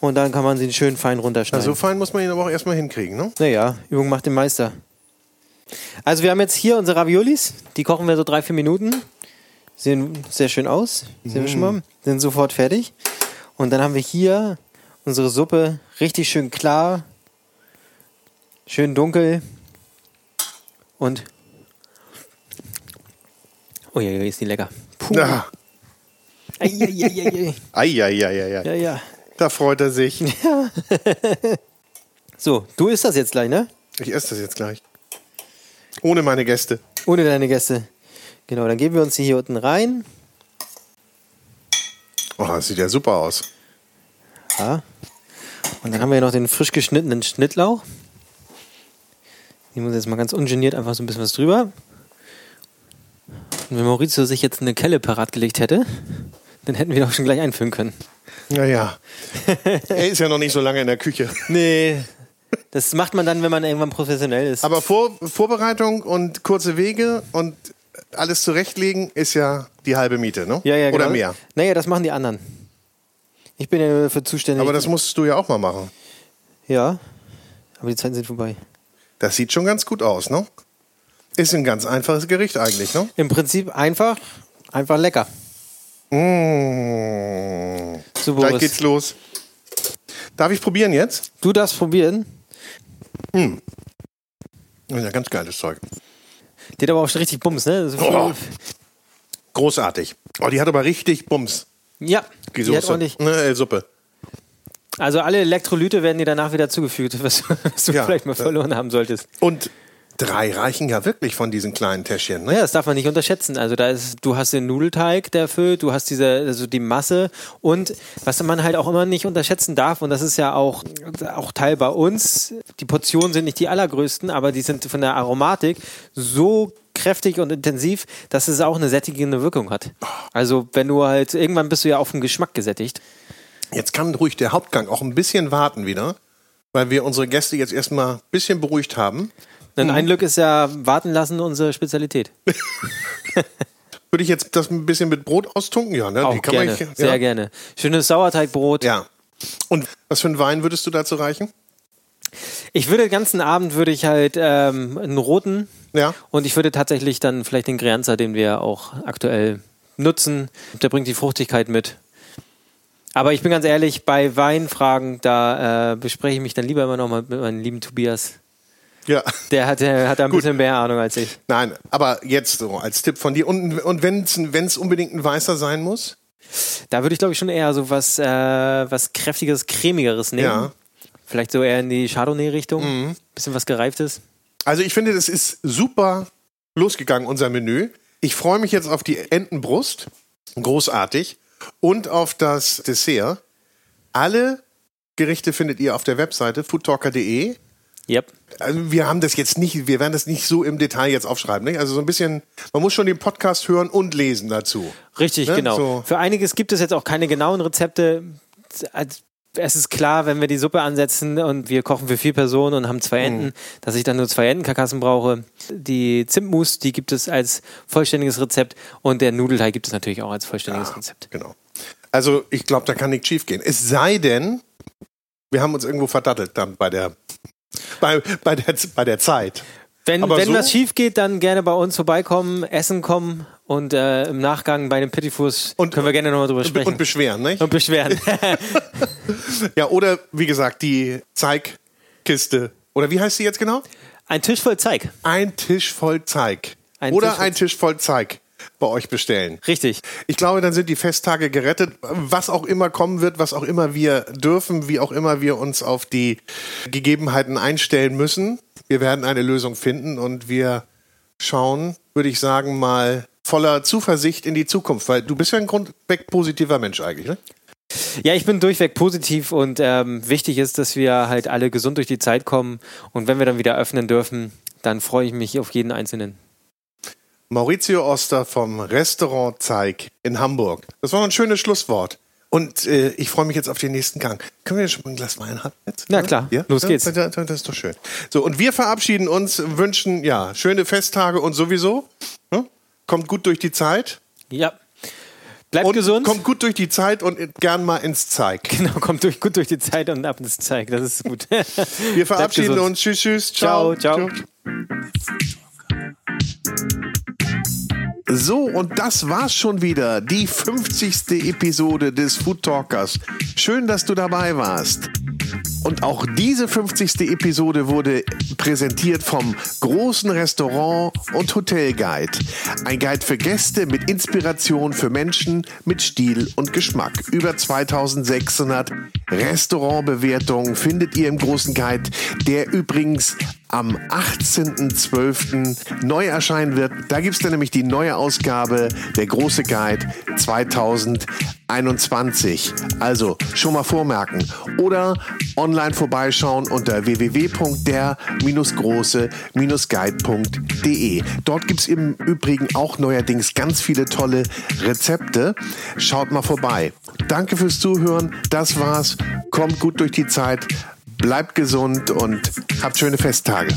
B: und dann kann man sie schön fein runterschneiden.
A: So fein muss man ihn aber auch erstmal hinkriegen, ne?
B: Naja, Übung macht den Meister. Also wir haben jetzt hier unsere Raviolis. Die kochen wir so drei, vier Minuten. Sehen sehr schön aus. Sehen wir schon mal. Sind sofort fertig. Und dann haben wir hier unsere Suppe richtig schön klar. Schön dunkel. Und... Oh ja, ist die lecker. Puh.
A: Na,
B: Ei, ei, ei, ei, ei.
A: ei, ei, ei, ei, ei.
B: Ja, ja.
A: Da freut er sich.
B: So, du isst das jetzt gleich, ne?
A: Ich esse das jetzt gleich. Ohne meine Gäste.
B: Ohne deine Gäste. Genau, dann geben wir uns die hier unten rein.
A: Oh, das sieht ja super aus.
B: Ja. Und dann haben wir ja noch den frisch geschnittenen Schnittlauch. Nehmen wir uns jetzt mal ganz ungeniert einfach so ein bisschen was drüber. Und wenn Maurizio sich jetzt eine Kelle parat gelegt hätte, dann hätten wir doch schon gleich einfüllen können.
A: Naja, er ist ja noch nicht so lange in der Küche.
B: Nee. Das macht man dann, wenn man irgendwann professionell ist.
A: Aber Vor Vorbereitung und kurze Wege und alles zurechtlegen ist ja die halbe Miete, ne? Oder mehr.
B: genau. Naja, das machen die anderen. Ich bin ja nur dafür zuständig.
A: Aber das musstest du ja auch mal machen.
B: ja. Aber die Zeiten sind vorbei.
A: Das sieht schon ganz gut aus, ne? Ist ein ganz einfaches Gericht eigentlich, ne?
B: Im Prinzip einfach, einfach lecker.
A: Mmh.
B: So,
A: Gleich
B: Boris,
A: geht's los. Darf ich probieren jetzt?
B: du darfst probieren.
A: Das ist ja ganz geiles Zeug.
B: Die hat aber auch schon richtig Bums, ne? Das ist-
A: Oh. Großartig. Oh, die hat aber richtig Bums.
B: Ja,
A: Die
B: die hat
A: Soße.
B: ordentlich.
A: ne, äh, Suppe.
B: Also alle Elektrolyte werden dir danach wieder zugefügt, was, was du
A: Ja.
B: vielleicht mal verloren haben solltest.
A: Und drei reichen ja wirklich von diesen kleinen Täschchen, ne?
B: Ja, das darf man nicht unterschätzen. Also da ist, du hast den Nudelteig, der füllt, du hast diese, also die Masse und was man halt auch immer nicht unterschätzen darf und das ist ja auch, auch Teil bei uns. Die Portionen sind nicht die allergrößten, aber die sind von der Aromatik so kräftig und intensiv, dass es auch eine sättigende Wirkung hat. Also wenn du halt, irgendwann bist du ja auf den Geschmack gesättigt.
A: Jetzt kann ruhig der Hauptgang auch ein bisschen warten wieder, weil wir unsere Gäste jetzt erstmal ein bisschen beruhigt haben. Mhm.
B: Denn ein Glück ist ja warten lassen unsere Spezialität.
A: Würde ich jetzt das ein bisschen mit Brot austunken? Ja, ne?
B: Auch
A: Die
B: gerne,
A: Man, ja.
B: sehr gerne. Schönes Sauerteigbrot.
A: Ja. Und was für einen Wein würdest du dazu reichen?
B: Ich würde den ganzen Abend würde ich halt ähm, einen roten
A: Ja.
B: und ich würde tatsächlich dann vielleicht den Grianza, den wir auch aktuell nutzen, der bringt die Fruchtigkeit mit. Aber ich bin ganz ehrlich, bei Weinfragen, da äh, bespreche ich mich dann lieber immer noch mal mit meinem lieben Tobias.
A: Ja.
B: Der hat, der hat da ein bisschen mehr Ahnung als ich.
A: Nein, aber jetzt so als Tipp von dir. Und, und wenn es unbedingt ein weißer sein muss?
B: Da würde ich, glaube ich, schon eher so was, äh, was Kräftiges, Cremigeres nehmen.
A: Ja. Mhm.
B: Vielleicht so eher in die Chardonnay-Richtung. Bisschen was Gereiftes.
A: Also ich finde, das ist super losgegangen, unser Menü. Ich freue mich jetzt auf die Entenbrust. Großartig. Und auf das Dessert. Alle Gerichte findet ihr auf der Webseite foodtalker.de.
B: Yep.
A: Also wir haben das jetzt nicht, wir werden das nicht so im Detail jetzt aufschreiben. Nicht? Also so ein bisschen, man muss schon den Podcast hören und lesen dazu.
B: Richtig,
A: Ne?
B: genau.
A: So.
B: Für einiges gibt es jetzt auch keine genauen Rezepte. Also, Es ist klar, wenn wir die Suppe ansetzen und wir kochen für vier Personen und haben zwei
A: Mhm.
B: Enten, dass ich dann nur zwei Entenkarkassen brauche. Die Zimtmousse, die gibt es als vollständiges Rezept und der Nudelteig gibt es natürlich auch als vollständiges Rezept.
A: Genau. Also ich glaube, da kann nichts schief gehen. Es sei denn, wir haben uns irgendwo verdattelt dann bei der, bei, bei der, bei der Zeit.
B: Wenn,
A: Aber
B: wenn
A: so-
B: was schief geht, dann gerne bei uns vorbeikommen, essen kommen und äh, im Nachgang bei dem Petitfuß
A: Und-
B: können wir gerne nochmal drüber sprechen.
A: Und beschweren, nicht?
B: und beschweren.
A: Ja, oder wie gesagt, die Zeigkiste. Oder wie heißt sie jetzt genau?
B: Ein Tisch voll Zeig.
A: Ein Tisch voll Zeig.
B: Ein
A: oder
B: Tisch voll-
A: ein Tisch voll Zeig bei euch bestellen.
B: Richtig.
A: Ich glaube, dann sind die Festtage gerettet. Was auch immer kommen wird, was auch immer wir dürfen, wie auch immer wir uns auf die Gegebenheiten einstellen müssen, wir werden eine Lösung finden und wir schauen, würde ich sagen, mal voller Zuversicht in die Zukunft, weil du bist ja ein grundweg positiver Mensch eigentlich, ne?
B: Ja, ich bin durchweg positiv und ähm, wichtig ist, dass wir halt alle gesund durch die Zeit kommen und wenn wir dann wieder öffnen dürfen, dann freue ich mich auf jeden Einzelnen.
A: Maurizio Oster vom Restaurant Zeig in Hamburg. Das war noch ein schönes Schlusswort. Und äh, ich freue mich jetzt auf den nächsten Gang. Können wir schon mal ein Glas Wein haben jetzt?
B: Na klar,
A: Ja?
B: los geht's.
A: Ja, ja, ja, Das ist doch schön. So, und wir verabschieden uns, wünschen ja schöne Festtage und sowieso. Ne? Kommt gut durch die Zeit.
B: Ja. Bleibt
A: Und
B: gesund.
A: Kommt gut durch die Zeit und gern mal ins Zeig.
B: genau, kommt durch, gut durch die Zeit und ab ins Zeig. Das ist gut.
A: Wir verabschieden
B: gesund.
A: uns. Tschüss, tschüss.
B: Ciao, ciao.
A: So, und das war's schon wieder. Die 50. Episode des Food Talkers. Schön, dass du dabei warst. Und auch diese 50. Episode wurde präsentiert vom großen Restaurant und Hotelguide. Ein Guide für Gäste mit Inspiration für Menschen mit Stil und Geschmack. Über 2600 Restaurantbewertungen findet ihr im großen Guide, der übrigens am 18.12. neu erscheinen wird. Da gibt's dann nämlich die neue Ausgabe der große Guide 2021. Also schon mal vormerken oder online vorbeischauen unter www.der-große-guide.de. Dort gibt's im Übrigen auch neuerdings ganz viele tolle Rezepte. Schaut mal vorbei. Danke fürs Zuhören. Das war's. Kommt gut durch die Zeit. Bleibt gesund und habt schöne Festtage.